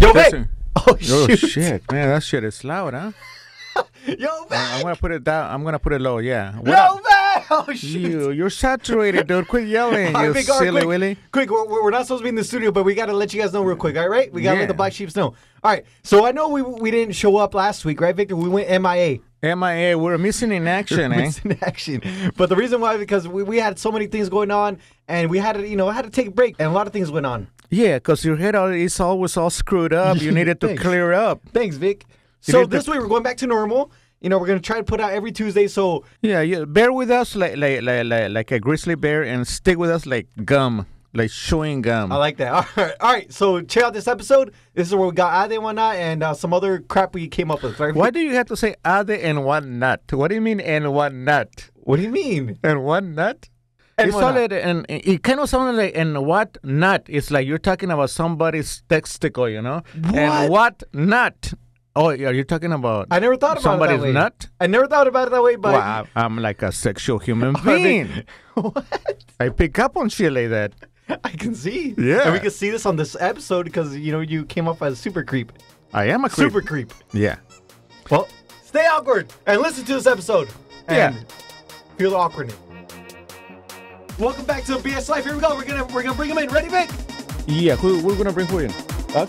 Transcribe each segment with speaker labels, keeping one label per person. Speaker 1: Yo,
Speaker 2: That's
Speaker 1: Vic!
Speaker 2: it.
Speaker 1: Oh,
Speaker 2: Oh
Speaker 1: shoot.
Speaker 2: shit, man, that shit is loud, huh?
Speaker 1: Yo, Vic!
Speaker 2: I'm gonna put it down. I'm gonna put it low. Yeah. What
Speaker 1: Yo,
Speaker 2: up?
Speaker 1: Vic! Oh, shoot.
Speaker 2: You, you're saturated, dude. Quit yelling,
Speaker 1: All right,
Speaker 2: you
Speaker 1: Vic, all right,
Speaker 2: silly
Speaker 1: quick,
Speaker 2: willy.
Speaker 1: Quick, we're, we're not supposed to be in the studio, but we got to let you guys know real quick, all right? We got to let
Speaker 2: Yeah.
Speaker 1: the black sheeps know. All right, so I know we we didn't show up last week, right, Victor? We went MIA.
Speaker 2: MIA, eh, we're missing in action, eh?
Speaker 1: Missing action. But the reason why, because we, we had so many things going on, and we had to, you know, had to take a break, and a lot of things went on.
Speaker 2: Yeah, because your head al- is always all screwed up. You needed to
Speaker 1: Thanks.
Speaker 2: clear up.
Speaker 1: Thanks, Vic.
Speaker 2: It
Speaker 1: So
Speaker 2: is the-
Speaker 1: this week we're going back to normal. You know, we're going to try to put out every Tuesday, so
Speaker 2: Yeah, yeah. Bear with us like like, like like like a grizzly bear, and stick with us like gum, like chewing gum.
Speaker 1: I like that. All right, all right. So check out this episode. This is where we got Ade and whatnot, and uh, some other crap we came up with. Right?
Speaker 2: Why do you have to say other and what not? What do you mean and what not?
Speaker 1: What do you mean?
Speaker 2: And what not?
Speaker 1: And
Speaker 2: it
Speaker 1: what not.
Speaker 2: sounded and it kind of sounded like and what not. It's like you're talking about somebody's testicle, you know.
Speaker 1: What?
Speaker 2: And what not? Oh, are you talking about?
Speaker 1: I never thought about
Speaker 2: somebody's
Speaker 1: it that way.
Speaker 2: nut.
Speaker 1: I never thought about it that way, but
Speaker 2: Well, I- I'm like a sexual human
Speaker 1: I mean,
Speaker 2: being.
Speaker 1: what?
Speaker 2: I pick up on shit like that.
Speaker 1: I can see.
Speaker 2: Yeah.
Speaker 1: and we can see this on this episode because you know you came off as super creep,
Speaker 2: I am a creep.
Speaker 1: super creep.
Speaker 2: Yeah.
Speaker 1: Well, stay awkward and listen to this episode. And Feel the awkwardness. Welcome back to BS Life. Here we go. We're gonna we're gonna bring them in. Ready, Vic?
Speaker 2: Yeah. Who we're gonna bring who in? Us.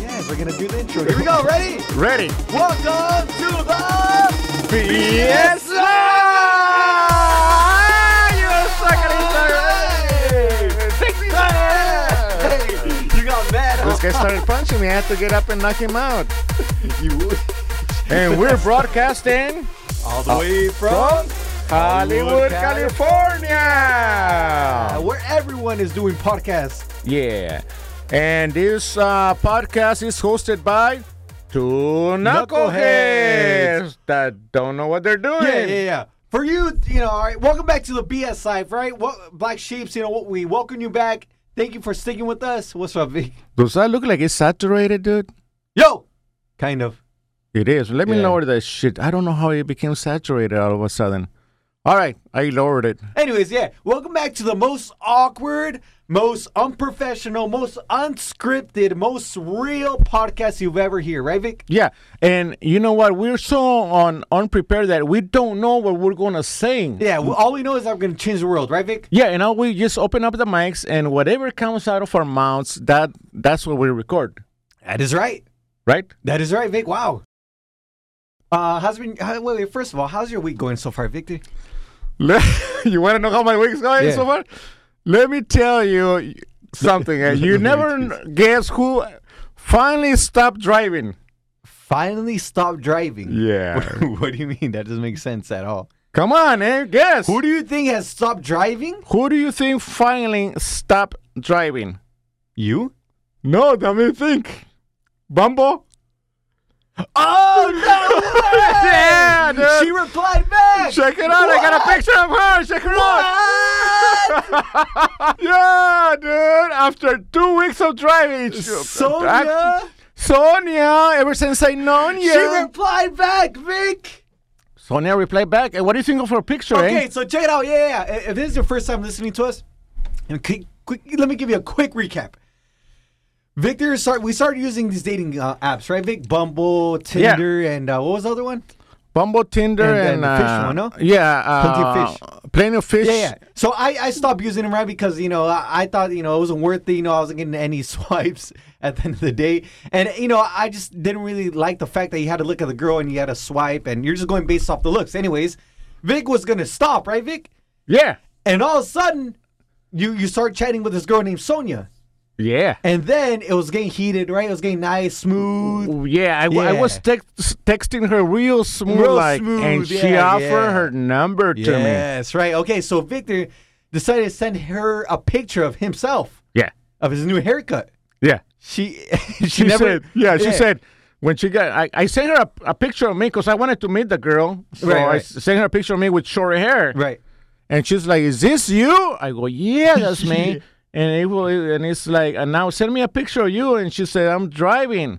Speaker 1: Yes, we're gonna do the intro. Here we go. Ready?
Speaker 2: Ready.
Speaker 1: Welcome to the
Speaker 2: Yes,
Speaker 1: Hey, you got mad.
Speaker 2: This guy started punching me. I had to get up and knock him out. And we're broadcasting
Speaker 1: all the way
Speaker 2: from
Speaker 1: Uh, from
Speaker 2: Hollywood,
Speaker 1: uh,
Speaker 2: California.
Speaker 1: where everyone is doing podcasts.
Speaker 2: Yeah. And this uh, podcast is hosted by two knuckleheads that don't know what they're doing.
Speaker 1: Yeah, yeah, yeah. For you, you know, all right. Welcome back to the BS Life, right? Well, Black Sheeps, you know, we welcome you back. Thank you for sticking with us. What's up, Vic?
Speaker 2: Does that look like it's saturated, dude?
Speaker 1: Yo, kind of.
Speaker 2: It is. Let me
Speaker 1: Yeah.
Speaker 2: lower that shit. I don't know how it became saturated all of a sudden. All right, I lowered it.
Speaker 1: Anyways, yeah, welcome back to the most awkward, most unprofessional, most unscripted, most real podcast you've ever heard, right, Vic?
Speaker 2: Yeah, and you know what? We're so on unprepared that we don't know what we're gonna sing.
Speaker 1: Yeah, well, all we know is I'm going to change the world, right, Vic?
Speaker 2: Yeah, and all we just open up the mics and whatever comes out of our mouths, that that's what we record,
Speaker 1: That is right.
Speaker 2: right?
Speaker 1: That is right, Vic. Wow. Uh, how's been? How, wait, wait, first of all, how's your week going so far, Victor?
Speaker 2: you want to know how my week's going
Speaker 1: Yeah.
Speaker 2: so far? Let me tell you something. eh? you never kn- guess who finally stopped driving.
Speaker 1: Finally, stopped driving.
Speaker 2: Yeah.
Speaker 1: what do you mean? That doesn't make sense at all.
Speaker 2: Come on, eh? Guess.
Speaker 1: Who do you think has stopped driving?
Speaker 2: Who do you think finally stopped driving?
Speaker 1: You?
Speaker 2: No, let me think. Bumble?
Speaker 1: Oh
Speaker 2: yeah,
Speaker 1: no!
Speaker 2: dude.
Speaker 1: she replied back.
Speaker 2: Check it out. I got a
Speaker 1: What?
Speaker 2: picture of her. Check her
Speaker 1: What?
Speaker 2: out. yeah, dude. After two weeks of driving. she-
Speaker 1: Sonia.
Speaker 2: Sonia, ever since I known you.
Speaker 1: She replied back, Vic.
Speaker 2: Sonia replied back. And what do you think of her picture,
Speaker 1: Okay,
Speaker 2: eh?
Speaker 1: so check it out. Yeah, yeah, yeah. If this is your first time listening to us, and quick, quick, let me give you a quick recap. Victor, start, we started using these dating uh, apps, right, Vic? Bumble,
Speaker 2: Yeah.
Speaker 1: Tinder, and uh, what was the other one?
Speaker 2: Bumble, Tinder,
Speaker 1: And
Speaker 2: and,
Speaker 1: then the fish
Speaker 2: uh,
Speaker 1: one, no?
Speaker 2: Yeah. Uh,
Speaker 1: Plenty of fish.
Speaker 2: Plenty of fish.
Speaker 1: Yeah, yeah. So I, I stopped using them, right? Because, you know, I, I thought, you know, it wasn't worth it. You know, I wasn't getting any swipes at the end of the day. And, you know, I just didn't really like the fact that you had to look at the girl and you had to swipe and you're just going based off the looks. Anyways, Vic was going to stop, right, Vic?
Speaker 2: Yeah.
Speaker 1: And all of a sudden, you, you start chatting with this girl named Sonia.
Speaker 2: Yeah.
Speaker 1: And then it was getting heated, right? It was getting nice, smooth.
Speaker 2: Oh, Yeah, I, w- I
Speaker 1: Yeah.
Speaker 2: was tex- texting her real smooth,
Speaker 1: Real
Speaker 2: like,
Speaker 1: smooth,
Speaker 2: and she
Speaker 1: yeah,
Speaker 2: offered
Speaker 1: yeah.
Speaker 2: her number to me.
Speaker 1: Yes, right. Okay, so Victor decided to send her a picture of himself,
Speaker 2: Yeah,
Speaker 1: of his new haircut.
Speaker 2: yeah.
Speaker 1: She she,
Speaker 2: She
Speaker 1: never
Speaker 2: said, yeah, she said when she got, I, I sent her a, a picture of me because I wanted to meet the girl, so
Speaker 1: Right,
Speaker 2: I
Speaker 1: right.
Speaker 2: s- sent her a picture of me with short hair,
Speaker 1: right
Speaker 2: and she's like, "Is this you?" I go, "Yeah, that's me." And it will, and it's like, and now send me a picture of you, and she said, "I'm driving."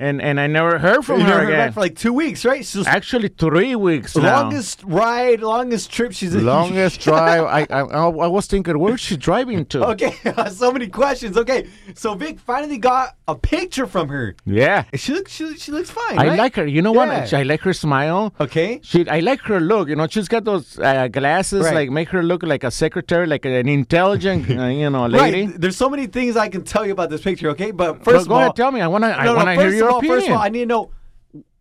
Speaker 2: and and I never heard from
Speaker 1: You
Speaker 2: her
Speaker 1: never heard
Speaker 2: again.
Speaker 1: back for like two weeks, right? So
Speaker 2: Actually, three weeks now.
Speaker 1: longest ride, longest trip she's
Speaker 2: longest drive. I, I I was thinking, where's she driving to?
Speaker 1: Okay, so many questions. Okay, so Vic finally got a picture from her.
Speaker 2: Yeah,
Speaker 1: She looks, she, she looks fine.
Speaker 2: I
Speaker 1: right?
Speaker 2: like her. You know what?
Speaker 1: Yeah.
Speaker 2: I- I like her smile.
Speaker 1: Okay.
Speaker 2: She, I like her look. You know, she's got those uh, glasses,
Speaker 1: Right.
Speaker 2: like make her look like a secretary, like an intelligent, uh, you know, lady.
Speaker 1: Right. There's so many things I can tell you about this picture. Okay, but
Speaker 2: But
Speaker 1: first of
Speaker 2: go
Speaker 1: all,
Speaker 2: ahead, tell me. I want to. I
Speaker 1: no, no,
Speaker 2: want to hear
Speaker 1: first
Speaker 2: your
Speaker 1: of all,
Speaker 2: opinion.
Speaker 1: First of all, I need to know.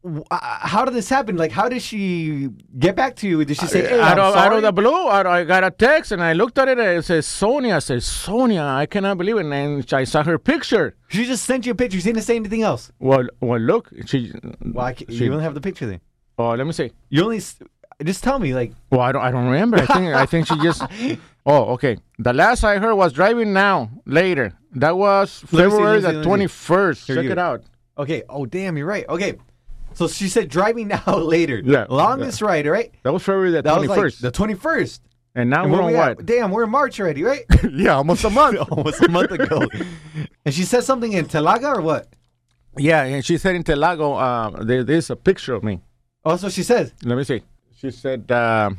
Speaker 1: w- uh, How did this happen? Like, how did she get back to you? Did she say, "Hey,
Speaker 2: out
Speaker 1: I'm
Speaker 2: of, out
Speaker 1: sorry"?
Speaker 2: of the blue, out, I got a text and I looked at it. And it says Sonia. I said Sonia. I cannot believe it. And then I saw her picture.
Speaker 1: She just sent you a picture. She didn't say anything else.
Speaker 2: Well, well, look. She.
Speaker 1: Why? can't
Speaker 2: She-
Speaker 1: you don't have the picture then.
Speaker 2: Oh, let me see.
Speaker 1: You only s- just tell me. Like,
Speaker 2: Well, I don't. I don't remember. I think. I think she just. Oh, okay. The last I heard was driving now. Later. That was
Speaker 1: Let me see,
Speaker 2: February
Speaker 1: let me see, let me
Speaker 2: the
Speaker 1: see.
Speaker 2: twenty first.
Speaker 1: Here
Speaker 2: Check
Speaker 1: you-
Speaker 2: it out.
Speaker 1: okay, oh damn, you're right. Okay, so she said driving now later.
Speaker 2: Yeah,
Speaker 1: longest ride, right?
Speaker 2: That was February the
Speaker 1: That
Speaker 2: twenty
Speaker 1: was like
Speaker 2: first.
Speaker 1: the twenty first.
Speaker 2: and now we're on what?
Speaker 1: Damn, we're in March already, right?
Speaker 2: yeah, almost a month.
Speaker 1: Almost a month ago. and she said something in Telaga or what?
Speaker 2: yeah, and she said in Telago, uh, there, there's a picture of me.
Speaker 1: Also, she says,
Speaker 2: Let me see. She said, uh,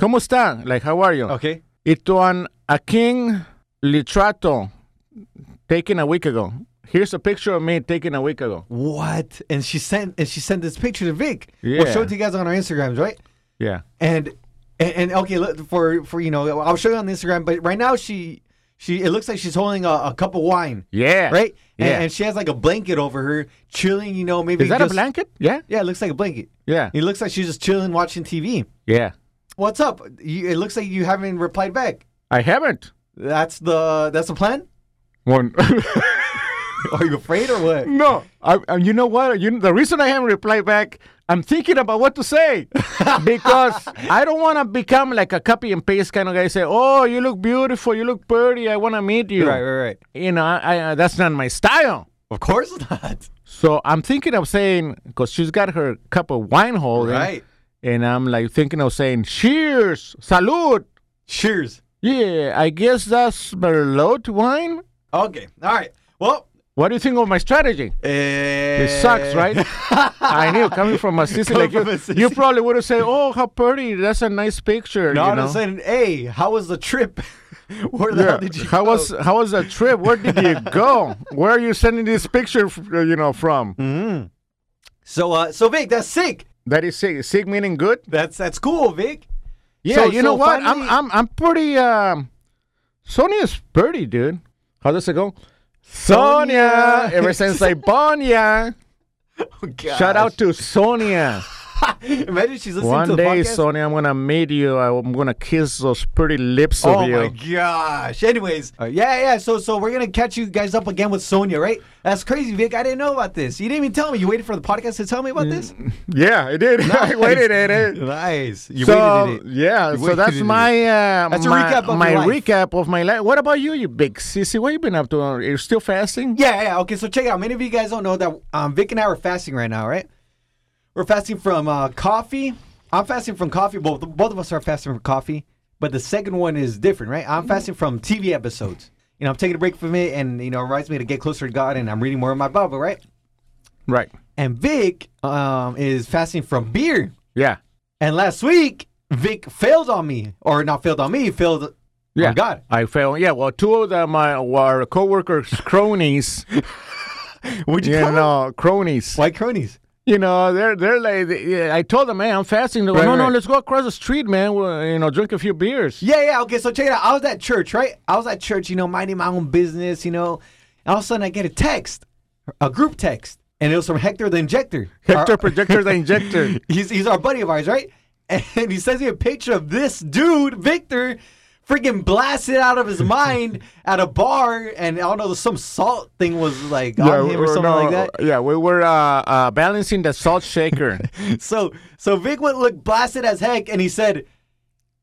Speaker 2: "Cómo está? Like, how are you?"
Speaker 1: okay,
Speaker 2: Ito an aking litrato taken a week ago. Here's a picture of me taken a week ago.
Speaker 1: what? And she sent and she sent this picture to Vic.
Speaker 2: Yeah.
Speaker 1: We'll show it to you guys on our Instagrams, right?
Speaker 2: Yeah.
Speaker 1: And and, and okay, look, for for you know, I'll show you on the Instagram. But right now, she she it looks like she's holding a, a cup of wine,
Speaker 2: Yeah.
Speaker 1: right? And,
Speaker 2: Yeah.
Speaker 1: and she has like a blanket over her, chilling. You know, maybe
Speaker 2: Is that
Speaker 1: just,
Speaker 2: a blanket? Yeah.
Speaker 1: Yeah, it looks like a blanket.
Speaker 2: Yeah.
Speaker 1: It looks like she's just chilling, watching TV.
Speaker 2: Yeah.
Speaker 1: What's up? You, it looks like you haven't replied back.
Speaker 2: I haven't.
Speaker 1: That's the that's the plan.
Speaker 2: One.
Speaker 1: Are you afraid or what?
Speaker 2: no. I, I, you know what? You, the reason I haven't replied back, I'm thinking about what to say because I don't want to become like a copy and paste kind of guy. Say, oh, you look beautiful. You look pretty. I want to meet you.
Speaker 1: Right, right, right.
Speaker 2: You know, I, I, that's not my style.
Speaker 1: Of course not.
Speaker 2: So I'm thinking of saying, because she's got her cup of wine holding.
Speaker 1: Right.
Speaker 2: And I'm like thinking of saying, cheers, salud.
Speaker 1: Cheers.
Speaker 2: Yeah, I guess that's Merlot wine.
Speaker 1: Okay. All right. Well,
Speaker 2: What do you think of my strategy? It sucks,
Speaker 1: eh,
Speaker 2: right? I knew coming from a sister
Speaker 1: Coming
Speaker 2: like you,
Speaker 1: from a sissy.
Speaker 2: you probably would have said, "Oh, how pretty! That's a nice picture."
Speaker 1: No,
Speaker 2: you
Speaker 1: I'm
Speaker 2: know?
Speaker 1: just saying. Hey, how was the trip? Where the hell
Speaker 2: Yeah.
Speaker 1: did you?
Speaker 2: how
Speaker 1: go?
Speaker 2: was how was the trip? Where did you go? Where are you sending this picture, f- uh, you know, from?
Speaker 1: Hmm.
Speaker 2: mm.
Speaker 1: So, uh, so Vic, that's sick.
Speaker 2: That is sick. Sick meaning good.
Speaker 1: That's that's cool, Vic.
Speaker 2: Yeah,
Speaker 1: So-
Speaker 2: you
Speaker 1: so
Speaker 2: know what?
Speaker 1: finally-
Speaker 2: I'm I'm I'm pretty. Um, Sonia's pretty, dude. How does it go? Sonia.
Speaker 1: Sonia.
Speaker 2: Ever since I born ya.
Speaker 1: Oh,
Speaker 2: Shout out to Sonia.
Speaker 1: gosh. Imagine she's listening to
Speaker 2: One
Speaker 1: the
Speaker 2: day,
Speaker 1: podcast.
Speaker 2: Sonia, I'm gonna meet you. I'm gonna kiss those pretty lips
Speaker 1: Oh
Speaker 2: of you.
Speaker 1: my gosh! Anyways, uh, yeah, yeah. So, so we're gonna catch you guys up again with Sonia, right? That's crazy, Vic. I didn't know about this. You didn't even tell me. You waited for the podcast to tell me about this.
Speaker 2: Yeah, I did. I waited at it.
Speaker 1: Nice. You
Speaker 2: so
Speaker 1: waited in it.
Speaker 2: yeah, so
Speaker 1: waited
Speaker 2: that's
Speaker 1: in it.
Speaker 2: my uh,
Speaker 1: That's a
Speaker 2: my,
Speaker 1: recap of your
Speaker 2: my
Speaker 1: life.
Speaker 2: recap of my life. What about you, you big sissy? What you been up to? Are you still fasting?
Speaker 1: Yeah, yeah. Okay, so check it out. Many of you guys don't know that um, Vic and I are fasting right now, right? We're fasting from uh, coffee. I'm fasting from coffee. Both both of us are fasting from coffee, but the second one is different, right? I'm fasting from TV episodes. You know, I'm taking a break from it, and you know, it reminds me to get closer to God, and I'm reading more of my Bible, right?
Speaker 2: Right.
Speaker 1: And Vic um, is fasting from beer.
Speaker 2: Yeah.
Speaker 1: And last week, Vic failed on me, or not failed on me, failed
Speaker 2: Yeah.
Speaker 1: on God.
Speaker 2: I fell. Yeah. Well, two of them uh, were coworkers, cronies.
Speaker 1: Would
Speaker 2: you know, cronies.
Speaker 1: White cronies.
Speaker 2: You know, they're they're like. yeah, I told them, hey, I'm fasting. They go,
Speaker 1: Right,
Speaker 2: no, no,
Speaker 1: right.
Speaker 2: let's go across the street, man. We'll, you know, drink a few beers.
Speaker 1: Yeah, yeah. Okay, so check it out. I was at church, right? I was at church, you know, minding my own business, you know. And all of a sudden, I get a text, a group text, and it was from Hector the Injector.
Speaker 2: Hector
Speaker 1: Our-
Speaker 2: projector the injector.
Speaker 1: he's he's our buddy of ours, right? And he sends me a picture of this dude, Victor, freaking blasted out of his mind at a bar, and I don't know, some salt thing was like on him or
Speaker 2: we're-
Speaker 1: something
Speaker 2: no,
Speaker 1: like that.
Speaker 2: Yeah, we were uh, uh, balancing the salt shaker.
Speaker 1: So so Vic went look blasted as heck, and he said,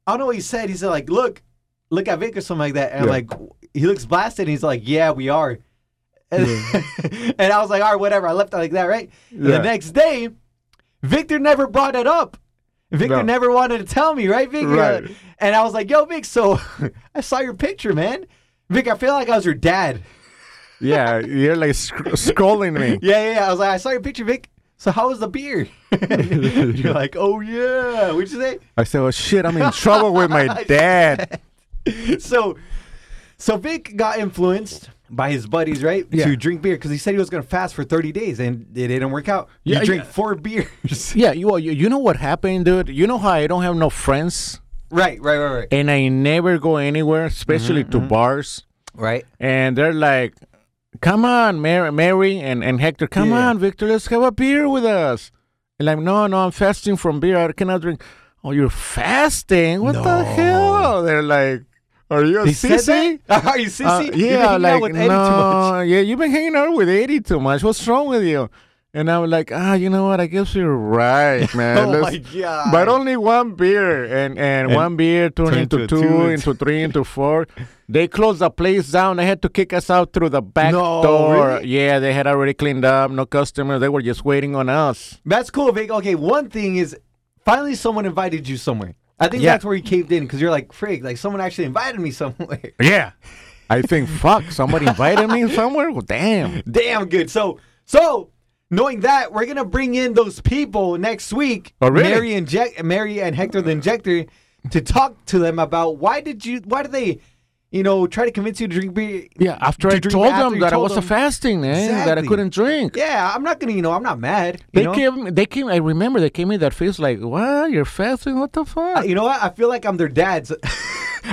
Speaker 1: I don't know what he said. He said like, look, look at Vic or something like that. And I'm
Speaker 2: Yeah.
Speaker 1: like, he looks blasted. And he's like, yeah, we are. And, and I was like, all right, whatever. I left it like that, right? And
Speaker 2: Yeah.
Speaker 1: The next day, Victor never brought it up. Victor
Speaker 2: No.
Speaker 1: never wanted to tell me, right, Vic?
Speaker 2: Right.
Speaker 1: And I was like, yo, Vic, so I saw your picture, man. Vic, I feel like I was your dad.
Speaker 2: yeah, you're like sc- scrolling me.
Speaker 1: Yeah, yeah, yeah. I was like, I saw your picture, Vic. So how was the beer? You're like, oh yeah. What'd you say?
Speaker 2: I said, "Oh shit, I'm in trouble with my dad."
Speaker 1: so so Vic got influenced by his buddies, right?
Speaker 2: Yeah.
Speaker 1: To drink beer because he said he was going to fast for 30 days and it didn't work out.
Speaker 2: Yeah,
Speaker 1: you drink
Speaker 2: yeah.
Speaker 1: four beers.
Speaker 2: Yeah, you, you you know what happened, dude? You know how I don't have no friends,
Speaker 1: right, right, right, right.
Speaker 2: and I never go anywhere, especially to bars.
Speaker 1: Right.
Speaker 2: and they're like, "Come on, Mary, Mary and, and Hector, come
Speaker 1: Yeah.
Speaker 2: on, Victor, let's have a beer with us." And I'm no, no, I'm fasting from beer. I cannot drink. Oh, you're fasting? What the
Speaker 1: No.
Speaker 2: hell? They're like, "Are you a
Speaker 1: He said
Speaker 2: sissy?"
Speaker 1: that? Are you sissy?
Speaker 2: Uh,
Speaker 1: You've been hanging
Speaker 2: yeah,
Speaker 1: out with
Speaker 2: like
Speaker 1: Eddie too much.
Speaker 2: no, yeah, you've been hanging out with Eddie too much. What's wrong with you? And I'm like, ah, you know what? I guess you're right, man.
Speaker 1: Oh
Speaker 2: Let's-
Speaker 1: my god!
Speaker 2: but only one beer, and, and, one beer turned
Speaker 1: turned
Speaker 2: into,
Speaker 1: to
Speaker 2: two,
Speaker 1: two.
Speaker 2: into three, into four. They closed the place down. They had to kick us out through the back
Speaker 1: No,
Speaker 2: door.
Speaker 1: really?
Speaker 2: Yeah, they had already cleaned up. No customers. They were just waiting on us.
Speaker 1: that's cool, Vic. Okay, one thing is, finally someone invited you somewhere. I think
Speaker 2: Yeah.
Speaker 1: that's where you caved in because you're like, frig, like someone actually invited me somewhere.
Speaker 2: Yeah. I think, fuck, somebody invited me somewhere? Well, damn.
Speaker 1: Damn good. So, so knowing that, we're gonna bring in those people next week.
Speaker 2: Oh, really?
Speaker 1: Mary and Jack, Mary and Hector the Injector, to talk to them about why did you, why did they, you know, try to convince you to drink beer?
Speaker 2: Yeah, after
Speaker 1: To
Speaker 2: I
Speaker 1: drink
Speaker 2: told
Speaker 1: after
Speaker 2: them
Speaker 1: you
Speaker 2: that I
Speaker 1: told
Speaker 2: was
Speaker 1: them.
Speaker 2: fasting, man, that I
Speaker 1: Exactly.
Speaker 2: couldn't drink.
Speaker 1: Yeah, I'm not gonna, you know, I'm not mad. You
Speaker 2: They
Speaker 1: know?
Speaker 2: came, they came, I remember they came in that face like, what? You're fasting? What the fuck?
Speaker 1: you know what? I feel like I'm their dads.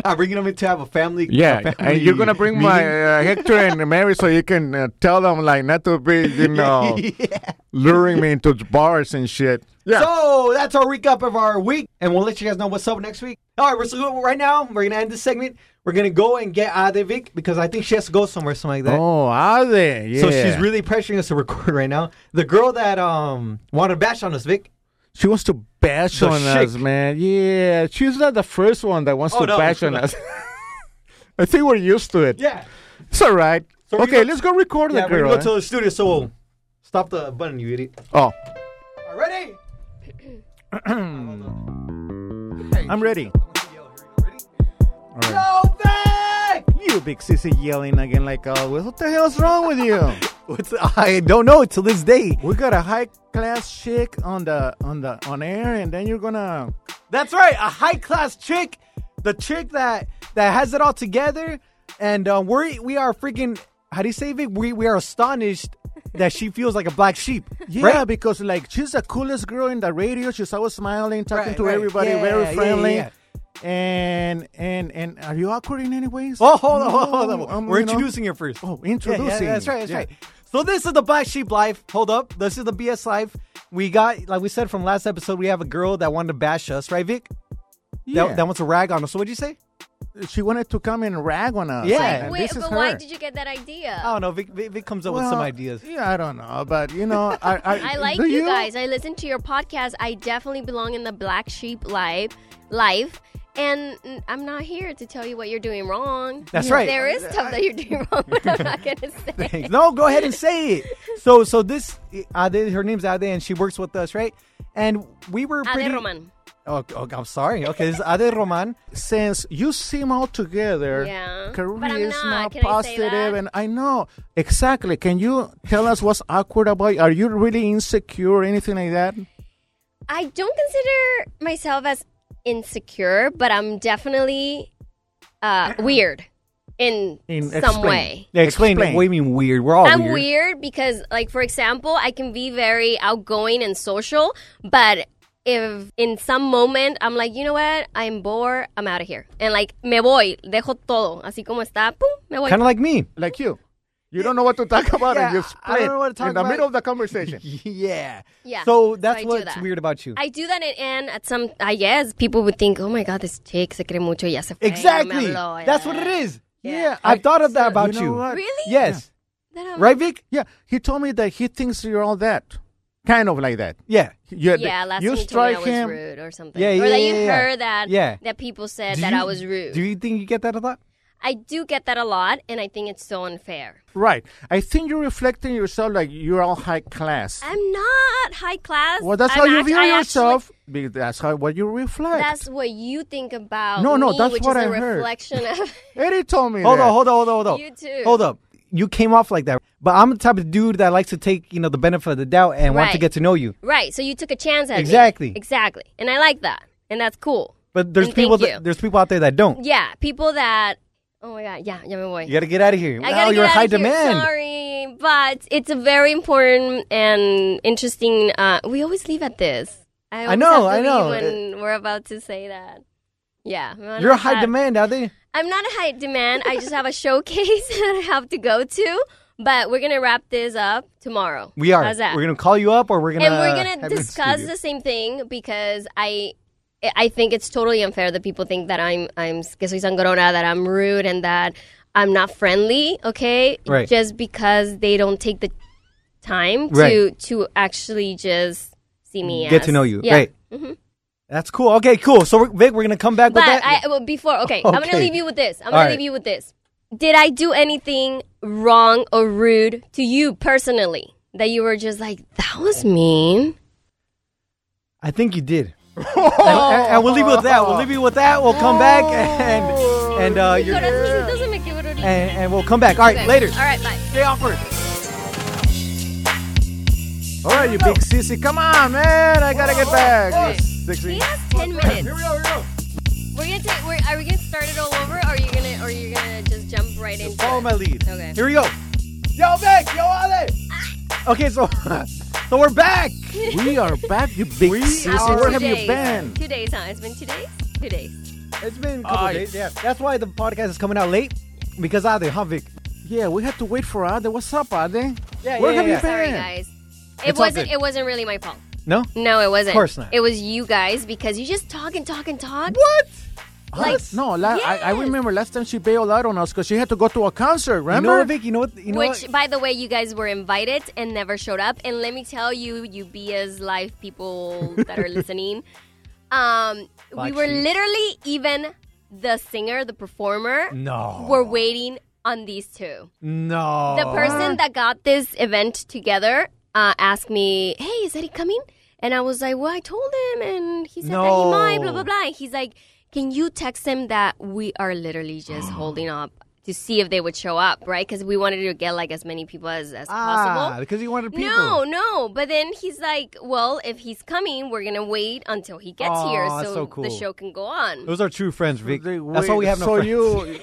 Speaker 1: I'm bringing them in to have a family. a
Speaker 2: Yeah,
Speaker 1: family
Speaker 2: and you're gonna bring
Speaker 1: meeting.
Speaker 2: my uh, Hector and Mary so you can uh, tell them like not to be, you know, luring me into bars and shit. Yeah,
Speaker 1: So that's our recap of our week, and we'll let you guys know what's up next week. All right, we're so, right now we're gonna end this segment. We're gonna go and get Adevic because I think she has to go somewhere, something like that.
Speaker 2: Oh, are they? Yeah.
Speaker 1: So she's really pressuring us to record right now. The girl that um wanted to bash on us, Vic.
Speaker 2: She wants to bash
Speaker 1: The
Speaker 2: on us,
Speaker 1: chick.
Speaker 2: man. Yeah, she's not the first one that wants
Speaker 1: Oh,
Speaker 2: to
Speaker 1: no,
Speaker 2: bash
Speaker 1: sure
Speaker 2: on
Speaker 1: not.
Speaker 2: us. I think we're used to it.
Speaker 1: Yeah.
Speaker 2: It's all right.
Speaker 1: So we're
Speaker 2: okay,
Speaker 1: gonna-
Speaker 2: let's go record
Speaker 1: Yeah,
Speaker 2: the
Speaker 1: we're
Speaker 2: girl.
Speaker 1: gonna go
Speaker 2: eh?
Speaker 1: to the studio, so we'll stop the button, you idiot.
Speaker 2: oh,
Speaker 1: All right, ready?
Speaker 2: I'm ready. All right.
Speaker 1: Go Vic!
Speaker 2: You big sissy yelling again like
Speaker 1: uh,
Speaker 2: always. What the hell's wrong with you?
Speaker 1: What's I don't know till this day.
Speaker 2: We got a high class chick on the on the on air, and then you're gonna.
Speaker 1: That's right, a high class chick, the chick that that has it all together, and um, we we are freaking. How do you say it? Vic? We we are astonished that she feels like a black sheep.
Speaker 2: Yeah,
Speaker 1: right?
Speaker 2: because like she's the coolest girl in the radio. She's always smiling, talking
Speaker 1: Right,
Speaker 2: to
Speaker 1: right.
Speaker 2: everybody,
Speaker 1: Yeah, yeah,
Speaker 2: very
Speaker 1: yeah,
Speaker 2: friendly.
Speaker 1: yeah.
Speaker 2: And and and are you awkward in any ways?
Speaker 1: Oh, hold on,
Speaker 2: No,
Speaker 1: hold on, hold on.
Speaker 2: um,
Speaker 1: We're
Speaker 2: you know.
Speaker 1: introducing her first.
Speaker 2: Oh,
Speaker 1: Yeah,
Speaker 2: introducing.
Speaker 1: yeah, that's right. That's
Speaker 2: Yeah.
Speaker 1: right. So this is the black sheep life. Hold up, this is the BS life. We got, like we said from last episode, we have a girl that wanted to bash us, right, Vic?
Speaker 2: Yeah.
Speaker 1: That, that wants to rag on us. So what'd you say?
Speaker 2: she wanted to come and rag on us.
Speaker 1: Yeah.
Speaker 2: and- and
Speaker 3: Wait,
Speaker 2: this is
Speaker 3: but
Speaker 2: her. Oh,
Speaker 3: why did you get that idea?
Speaker 1: I don't know. Vic, Vic, Vic comes up with
Speaker 2: Well,
Speaker 1: some ideas.
Speaker 2: Yeah, I don't know, but you know, I I,
Speaker 3: I like
Speaker 2: do
Speaker 3: you, guys. I listen to your podcast. I definitely belong in the black sheep life, life, and mm, I'm not here to tell you what you're doing wrong.
Speaker 1: That's right.
Speaker 3: There is stuff that you're doing wrong, but I'm not gonna say.
Speaker 1: no, go ahead and say it. So, so this Ade, her name's Ade, and she works with us, right? And we were pretty.
Speaker 3: Ade Roman.
Speaker 1: Oh, oh, I'm sorry. Okay, this is Ade Roman.
Speaker 2: since you seem all together,
Speaker 3: Yeah. But I'm
Speaker 2: charisma,
Speaker 3: not. Can I say
Speaker 2: positive,
Speaker 3: that?
Speaker 2: and I know exactly. Can you tell us what's awkward about? Are you really insecure or anything like that?
Speaker 3: I don't consider myself as insecure, but I'm definitely uh, weird in,
Speaker 2: Uh-uh. In-
Speaker 3: some
Speaker 2: explain.
Speaker 3: way.
Speaker 1: Yeah, explain.
Speaker 2: Explain.
Speaker 1: What do you mean weird? We're all
Speaker 3: I'm
Speaker 1: Oh, weird.
Speaker 3: weird. because, like, for example, I can be very outgoing and social, but if in some moment I'm like, you know what, I'm bored, I'm out of here, and like, me voy, dejo todo, así como está, pum, me voy.
Speaker 1: Kind of like me.
Speaker 2: Like you, you don't know what to talk about,
Speaker 1: Yeah,
Speaker 2: and you
Speaker 1: I don't
Speaker 2: split
Speaker 1: know what to talk
Speaker 2: in the
Speaker 1: about.
Speaker 2: middle of the conversation.
Speaker 1: yeah.
Speaker 3: Yeah, so
Speaker 1: So
Speaker 3: I
Speaker 1: that's
Speaker 3: do
Speaker 1: what's
Speaker 3: that.
Speaker 1: weird about you.
Speaker 3: I do that, and, and at some, I guess people would think, oh my god, this chick se cree mucho, ya se fue, ya me
Speaker 1: exactly.
Speaker 3: habló,
Speaker 1: That's
Speaker 3: ya-
Speaker 1: what it is.
Speaker 3: Yeah.
Speaker 1: I've thought of that
Speaker 2: You
Speaker 1: about
Speaker 2: know
Speaker 1: you.
Speaker 2: what?
Speaker 3: Really?
Speaker 1: Yes.
Speaker 3: Then I'm-
Speaker 1: Right, Vic?
Speaker 2: Yeah, he told me that he thinks you're all that, kind of like that.
Speaker 1: Yeah.
Speaker 2: You,
Speaker 3: Yeah,
Speaker 2: you
Speaker 3: last time you told me
Speaker 2: strike
Speaker 3: I was
Speaker 2: him.
Speaker 3: rude or something.
Speaker 1: Yeah,
Speaker 3: or
Speaker 1: yeah,
Speaker 3: that you
Speaker 1: yeah, yeah.
Speaker 3: heard that
Speaker 1: Yeah.
Speaker 3: that people said
Speaker 1: Do
Speaker 3: that
Speaker 1: you-
Speaker 3: I was rude.
Speaker 1: Do you think you get that a lot?
Speaker 3: I do get that a lot, and I think it's so unfair.
Speaker 2: Right. I think you're reflecting yourself like you're all high class.
Speaker 3: I'm not high class.
Speaker 2: Well, that's
Speaker 3: I'm
Speaker 2: how you
Speaker 3: act-
Speaker 2: view
Speaker 3: I actually-
Speaker 2: yourself. be- that's how what you reflect.
Speaker 3: that's what you think about.
Speaker 2: No, no,
Speaker 3: me,
Speaker 2: that's
Speaker 3: which
Speaker 2: what
Speaker 3: is
Speaker 2: I
Speaker 3: a
Speaker 2: heard.
Speaker 3: reflection of.
Speaker 2: Eddie told me.
Speaker 1: Hold
Speaker 2: that.
Speaker 1: on, hold on, hold on, hold on.
Speaker 3: You too.
Speaker 1: Hold up. you came off like that. But I'm the type of dude that likes to take you know the benefit of the doubt and want to
Speaker 3: Right.
Speaker 1: get to know you.
Speaker 3: Right. So you took a chance at me.
Speaker 1: Exactly.
Speaker 3: Exactly. And I like that. And that's cool.
Speaker 1: But there's
Speaker 3: And thank
Speaker 1: people
Speaker 3: you.
Speaker 1: that, there's people out there that don't.
Speaker 3: Yeah. People that. Oh my God. Yeah. Yeah, my boy.
Speaker 1: You gotta get out of here. wow,
Speaker 3: I gotta
Speaker 1: you're
Speaker 3: get out
Speaker 1: high
Speaker 3: of here.
Speaker 1: demand.
Speaker 3: Sorry, but it's a very important and interesting. Uh, we always leave at this. I, always
Speaker 1: know,
Speaker 3: have to
Speaker 1: I
Speaker 3: leave
Speaker 1: know.
Speaker 3: When we're about to say that. Yeah. I'm
Speaker 1: You're
Speaker 3: not
Speaker 1: high
Speaker 3: that-
Speaker 1: demand out there.
Speaker 3: I'm not a high demand. I just have a showcase that I have to go to. But we're gonna wrap this up tomorrow.
Speaker 1: We are.
Speaker 3: How's that?
Speaker 1: We're gonna call you up, or we're gonna
Speaker 3: and we're
Speaker 1: have you
Speaker 3: gonna
Speaker 1: in the
Speaker 3: discuss
Speaker 1: studio.
Speaker 3: the same thing because I I think it's totally unfair that people think that I'm I'm que soy sangrona, that I'm rude and that I'm not friendly, okay?
Speaker 1: Right.
Speaker 3: Just because they don't take the time to
Speaker 1: Right.
Speaker 3: to actually just see me
Speaker 1: Get
Speaker 3: as-
Speaker 1: to know you.
Speaker 3: Yeah. Mm-hmm.
Speaker 1: Right. That's cool. Okay, cool. So, we're- Vic, we're gonna come back
Speaker 3: But
Speaker 1: with that.
Speaker 3: I well, before okay, I'm
Speaker 1: Okay.
Speaker 3: gonna leave you with this. I'm
Speaker 1: All
Speaker 3: gonna
Speaker 1: right.
Speaker 3: leave you with this. Did I do anything wrong or rude to you personally that you were just like that was mean?
Speaker 1: I, think you did. and,
Speaker 3: Oh.
Speaker 1: and- and we'll leave you with that. We'll leave you with that. We'll come back and and uh, you're, and,
Speaker 3: Corazoncitos me quebraron.
Speaker 1: and we'll come back. All right,
Speaker 3: Okay.
Speaker 1: later.
Speaker 3: All right, bye.
Speaker 1: Stay on first.
Speaker 2: All right, you big sissy. Come on, man. I gotta get back.
Speaker 3: He
Speaker 2: Sixty.
Speaker 3: has ten minutes.
Speaker 2: we go. Here we go.
Speaker 3: We're gonna take. We're, are we gonna start it all over, or are you gonna, or you gonna just jump right into?
Speaker 1: Follow
Speaker 3: it?
Speaker 1: my lead.
Speaker 3: Okay. Ah.
Speaker 1: Here we go.
Speaker 2: Yo, Vic. Yo, Ale.
Speaker 1: Okay, so so we're back.
Speaker 2: We are back, you big
Speaker 1: We
Speaker 2: sissy.
Speaker 1: are-
Speaker 2: Where
Speaker 3: two
Speaker 2: have you
Speaker 3: days.
Speaker 2: been?
Speaker 3: Two days, huh? It's been two days. Two days.
Speaker 1: It's been a couple
Speaker 2: Aye.
Speaker 1: days. Yeah, that's why the podcast is coming out late because Ade, huh, Vic?
Speaker 2: Yeah, we had to wait for Ade. What's up, Ade?
Speaker 1: Yeah,
Speaker 2: Where
Speaker 1: yeah,
Speaker 2: have
Speaker 1: yeah.
Speaker 2: you been?
Speaker 3: Sorry, guys. It
Speaker 1: It's all
Speaker 3: wasn't.
Speaker 1: good.
Speaker 3: It wasn't really my fault.
Speaker 1: No.
Speaker 3: No, it wasn't.
Speaker 1: Of course not.
Speaker 3: It was you guys because you just talk and talk and talk.
Speaker 1: What?
Speaker 3: Like-
Speaker 1: Us?
Speaker 2: No, la- I, I
Speaker 3: Yes.
Speaker 2: remember last time she bailed out on us because she had to go to a concert.
Speaker 1: You
Speaker 2: Remember?
Speaker 1: know what, Vic? You know what? You know
Speaker 3: Which,
Speaker 1: what?
Speaker 3: by the way, you guys were invited and never showed up. And let me tell you, you BS live people that are listening, um, we
Speaker 1: Like
Speaker 3: were
Speaker 1: she-
Speaker 3: literally even the singer, the performer,
Speaker 1: No.
Speaker 3: were waiting on these two.
Speaker 1: No.
Speaker 3: The person that got this event together uh, asked me, "Hey, is Eddie coming?" And I was like, "Well, I told him, and he said that he might." Blah blah
Speaker 1: No.
Speaker 3: blah. And he's like, "Can you text him that we are literally just holding up to see if they would show up, right? Because we wanted to get like as many people as, as
Speaker 1: Ah,
Speaker 3: possible."
Speaker 1: because you wanted people.
Speaker 3: No, no. But then he's like, "Well, if he's coming, we're gonna wait until he gets
Speaker 1: Aw,
Speaker 3: here,
Speaker 1: that's so cool.
Speaker 3: the show can go on."
Speaker 1: Those are true friends, Vic.
Speaker 2: They
Speaker 1: That's why
Speaker 2: wait-
Speaker 1: we have no
Speaker 2: so
Speaker 1: friends.
Speaker 2: you,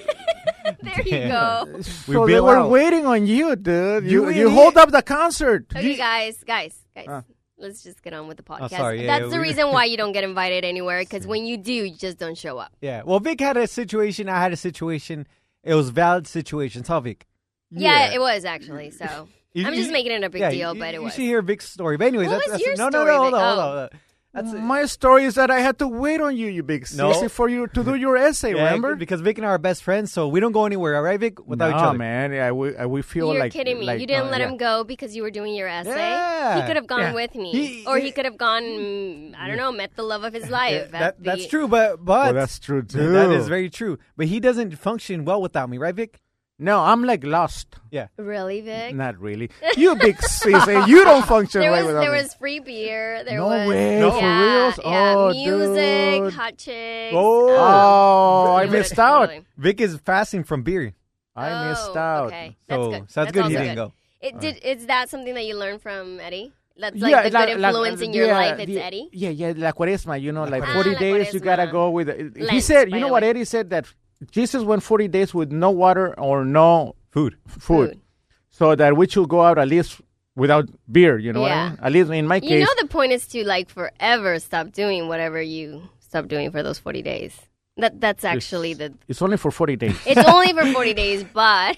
Speaker 3: There you
Speaker 1: Yeah.
Speaker 3: go.
Speaker 1: We
Speaker 2: so they
Speaker 1: bail
Speaker 2: were
Speaker 1: out.
Speaker 2: waiting on you, dude.
Speaker 1: You
Speaker 2: You, you
Speaker 1: idiot.
Speaker 2: hold up the concert.
Speaker 3: Okay, guys, guys, guys.
Speaker 2: Uh.
Speaker 3: Let's just get on with the podcast.
Speaker 1: Ah. Oh, sorry, yeah,
Speaker 3: That's
Speaker 1: yeah,
Speaker 3: the
Speaker 1: we-
Speaker 3: reason why you don't get invited anywhere because when you do, you just don't show up.
Speaker 1: Yeah. Well, Vic had a situation. I had a situation. It was valid situations. Huh, Vic?
Speaker 3: Yeah, it was actually. So
Speaker 1: You-
Speaker 3: I'm just
Speaker 1: you-
Speaker 3: making it a big
Speaker 1: yeah,
Speaker 3: deal,
Speaker 1: you,
Speaker 3: but it was.
Speaker 1: You should hear Vic's story. But anyways,
Speaker 3: What
Speaker 1: that's,
Speaker 3: was
Speaker 1: that's
Speaker 3: your
Speaker 1: no,
Speaker 3: story,
Speaker 1: no, no, hold
Speaker 3: Vic?
Speaker 1: on,
Speaker 3: Oh.
Speaker 1: hold on. That's
Speaker 2: My story is that I had to wait on you, you big
Speaker 1: No.
Speaker 2: sissy, for you to do your essay.
Speaker 1: Yeah,
Speaker 2: remember?
Speaker 1: because Vic and I are best friends, so we don't go anywhere, all right, Vic? Without
Speaker 2: no,
Speaker 1: each other.
Speaker 2: man. Yeah, we, I- we feel
Speaker 3: You're
Speaker 2: like
Speaker 3: kidding me.
Speaker 2: like-
Speaker 3: you didn't
Speaker 2: uh,
Speaker 3: let
Speaker 2: yeah.
Speaker 3: him go because you were doing your essay.
Speaker 1: Yeah.
Speaker 3: He could have gone
Speaker 1: Yeah.
Speaker 3: with me,
Speaker 1: He-
Speaker 3: or
Speaker 1: he-
Speaker 3: he could have gone. mm, I don't know, met the love of his life.
Speaker 1: That-
Speaker 3: at
Speaker 1: that's
Speaker 3: the-
Speaker 1: true, but but
Speaker 2: Well, that's true too.
Speaker 1: that is very true. But he doesn't function well without me, right, Vic?
Speaker 2: No, I'm like lost.
Speaker 1: Yeah.
Speaker 3: Really, Vic.
Speaker 2: Not really. You big sissy. You don't function
Speaker 3: There
Speaker 2: right
Speaker 3: was
Speaker 2: without
Speaker 3: there
Speaker 2: me.
Speaker 3: was free beer. There
Speaker 2: No
Speaker 3: was
Speaker 2: way, No. for
Speaker 3: yeah,
Speaker 2: reals?
Speaker 3: yeah,
Speaker 2: Oh,
Speaker 3: music,
Speaker 2: dude.
Speaker 3: hot chicks.
Speaker 1: Oh.
Speaker 2: Oh, I
Speaker 3: you would've
Speaker 2: missed out.
Speaker 3: totally-
Speaker 1: Vic is fasting from beer.
Speaker 2: I missed
Speaker 3: Oh,
Speaker 2: out.
Speaker 3: Okay. That's
Speaker 1: So
Speaker 3: good.
Speaker 1: so that's good he
Speaker 3: also
Speaker 1: didn't go.
Speaker 3: It did. Is that something that you learned from Eddie? That's like the
Speaker 2: la-
Speaker 3: good
Speaker 2: la-
Speaker 3: influence in your
Speaker 2: yeah,
Speaker 3: life. It's
Speaker 2: the-
Speaker 3: Eddie.
Speaker 2: Yeah, yeah, la cuaresma, you know, like
Speaker 1: cuaresma.
Speaker 2: 40
Speaker 3: Ah, la
Speaker 2: days, you gotta
Speaker 3: cuaresma.
Speaker 2: go with. he
Speaker 3: Lent,
Speaker 2: said,
Speaker 3: by
Speaker 2: you know
Speaker 3: the
Speaker 2: what
Speaker 3: way.
Speaker 2: Eddie said? That Jesus went 40 days with no water or no
Speaker 1: Food.
Speaker 2: f- food, so that we should go out at least without beer, you know what I
Speaker 3: Yeah.
Speaker 2: mean? At least in my case.
Speaker 3: You know the point is to like forever stop doing whatever you stop doing for those forty days. That that's actually the.
Speaker 2: it's only for 40 days.
Speaker 3: It's only for forty days, but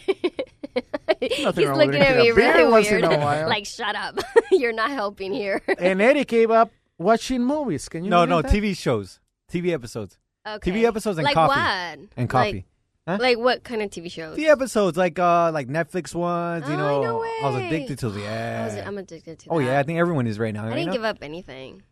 Speaker 3: he's
Speaker 2: Nothing wrong with
Speaker 3: looking at
Speaker 2: drinking
Speaker 3: me
Speaker 2: a beer
Speaker 3: really
Speaker 2: once in
Speaker 3: weird.
Speaker 2: a while.
Speaker 3: like, shut up! You're not helping here.
Speaker 2: and Eddie gave up watching movies. Can you
Speaker 1: No, no,
Speaker 2: believe that?
Speaker 1: TV shows. TV episodes.
Speaker 3: Okay.
Speaker 1: episodes and
Speaker 3: like
Speaker 1: coffee.
Speaker 3: What?
Speaker 1: And coffee. Huh?
Speaker 3: Like, like what kind of TV shows?
Speaker 1: TV episodes like uh like Netflix ones, you
Speaker 3: Oh,
Speaker 1: know.
Speaker 3: no
Speaker 1: I was
Speaker 3: way.
Speaker 1: addicted to the
Speaker 3: I was,
Speaker 1: yeah.
Speaker 3: I'm addicted to.
Speaker 1: oh
Speaker 3: that.
Speaker 1: yeah, I think everyone is right now.
Speaker 3: I
Speaker 1: right
Speaker 3: didn't
Speaker 1: now?
Speaker 3: give up anything.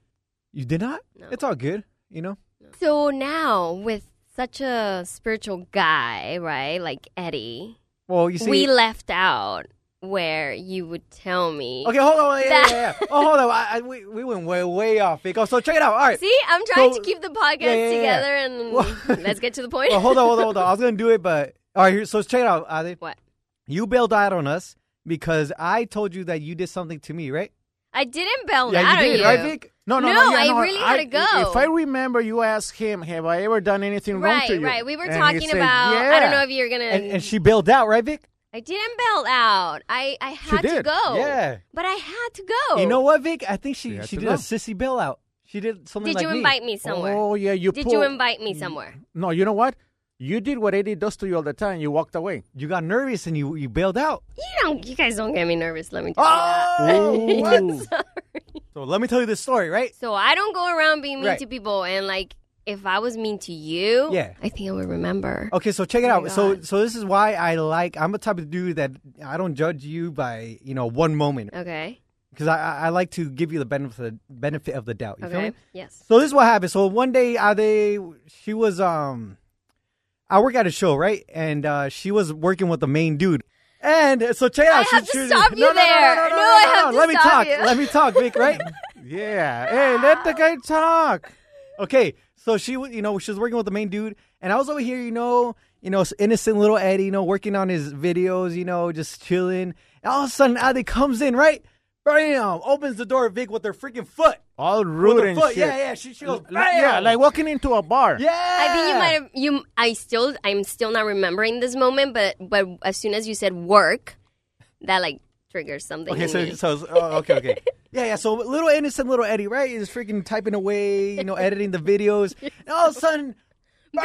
Speaker 1: You did not?
Speaker 3: No.
Speaker 1: It's all good, you know?
Speaker 3: So now, with such a spiritual guy, right, like Eddie,
Speaker 1: Well you see
Speaker 3: we left out where you would tell me.
Speaker 1: Okay, hold on. Yeah, yeah,
Speaker 3: That-
Speaker 1: yeah, yeah. Oh, hold on. I, I, we, we went way, way off. Vic. Oh, so check it out. All right.
Speaker 3: See, I'm trying
Speaker 1: So-
Speaker 3: to keep the podcast
Speaker 1: Yeah, yeah, yeah.
Speaker 3: together and
Speaker 1: Well-
Speaker 3: let's get to the point.
Speaker 1: Well, hold on, hold on, hold on. I was gonna do it, but all right. Here, so check it out. Ade.
Speaker 3: What?
Speaker 1: You bailed out on us because I told you that you did something to me, right?
Speaker 3: I didn't bail
Speaker 1: yeah,
Speaker 3: out
Speaker 1: you
Speaker 3: on
Speaker 1: did,
Speaker 3: you.
Speaker 1: right, Vic?
Speaker 2: No, no,
Speaker 3: No,
Speaker 2: no. yeah,
Speaker 3: I really had to go.
Speaker 2: If I remember, you asked him, "Have I ever done anything wrong to
Speaker 3: Right,
Speaker 2: you?"
Speaker 3: right. We were
Speaker 2: And he
Speaker 3: talking
Speaker 2: said,
Speaker 3: about.
Speaker 2: Yeah.
Speaker 3: I don't know if you're gonna.
Speaker 1: And, and she bailed out, right, Vic?
Speaker 3: I didn't bail out. I I had to
Speaker 2: did.
Speaker 3: go.
Speaker 1: Yeah.
Speaker 3: But I had to go.
Speaker 1: You know what, Vic? I think she,
Speaker 2: had
Speaker 1: she
Speaker 2: to
Speaker 1: did
Speaker 2: go.
Speaker 1: a sissy bailout. She did something
Speaker 3: Did
Speaker 1: like
Speaker 3: you
Speaker 1: me.
Speaker 3: invite me somewhere?
Speaker 2: Oh yeah, you.
Speaker 3: did you
Speaker 2: pulled-
Speaker 3: invite me somewhere?
Speaker 2: No, you know what? You did what Eddie does to you all the time. You walked away.
Speaker 1: You got nervous and you, you bailed out.
Speaker 3: You don't. You guys don't get me nervous. Let me. Tell
Speaker 1: Oh,
Speaker 3: you that.
Speaker 1: what? So let me tell you this story, right?
Speaker 3: so I don't go around being mean
Speaker 1: Right.
Speaker 3: to people. And like, if I was mean to you,
Speaker 1: Yeah.
Speaker 3: I think I would remember.
Speaker 1: Okay, so check it
Speaker 3: Oh my
Speaker 1: out. So
Speaker 3: God.
Speaker 1: so this is why I like I'm the type of dude that I don't judge you by you know one moment
Speaker 3: Okay.
Speaker 1: because I, I I like to give you the benefit benefit of the doubt. You feel
Speaker 3: Okay.
Speaker 1: me?
Speaker 3: Yes.
Speaker 1: So this is what happened. So one day, uh, they she was um, I work at a show, right? And uh, she was working with the main dude. And so check it out.
Speaker 3: I have
Speaker 1: she,
Speaker 3: to
Speaker 1: she-
Speaker 3: stop you
Speaker 1: no, no, no,
Speaker 3: there.
Speaker 1: No, no, no,
Speaker 3: No,
Speaker 1: no,
Speaker 3: I
Speaker 1: no,
Speaker 3: have
Speaker 1: no.
Speaker 3: to
Speaker 1: Let me
Speaker 3: stop
Speaker 1: talk.
Speaker 3: you.
Speaker 1: Let me talk, Vic. Right?
Speaker 2: Yeah. Hey, let the guy talk.
Speaker 1: okay. So she, wa- you know, she was working with the main dude, and I was over here, you know, you know, innocent little Eddie, you know, working on his videos, you know, just chilling. And all of a sudden, Adi comes in, right? Bam! Opens the door, Vic, with her freaking foot.
Speaker 2: All
Speaker 1: With
Speaker 2: rude
Speaker 1: her
Speaker 2: and
Speaker 1: foot.
Speaker 2: shit.
Speaker 1: Yeah, yeah. She, she goes,
Speaker 2: L- yeah,
Speaker 1: bam!
Speaker 2: like walking into a bar.
Speaker 1: Yeah.
Speaker 3: I think you might have you. I still, I'm still not remembering this moment, but but as soon as you said work, that like triggers something.
Speaker 1: Okay,
Speaker 3: in
Speaker 1: so
Speaker 3: me.
Speaker 1: so oh, okay, okay. Yeah, yeah. So little innocent little Eddie, right, is freaking typing away, you know, editing the videos, and all of a sudden, bam!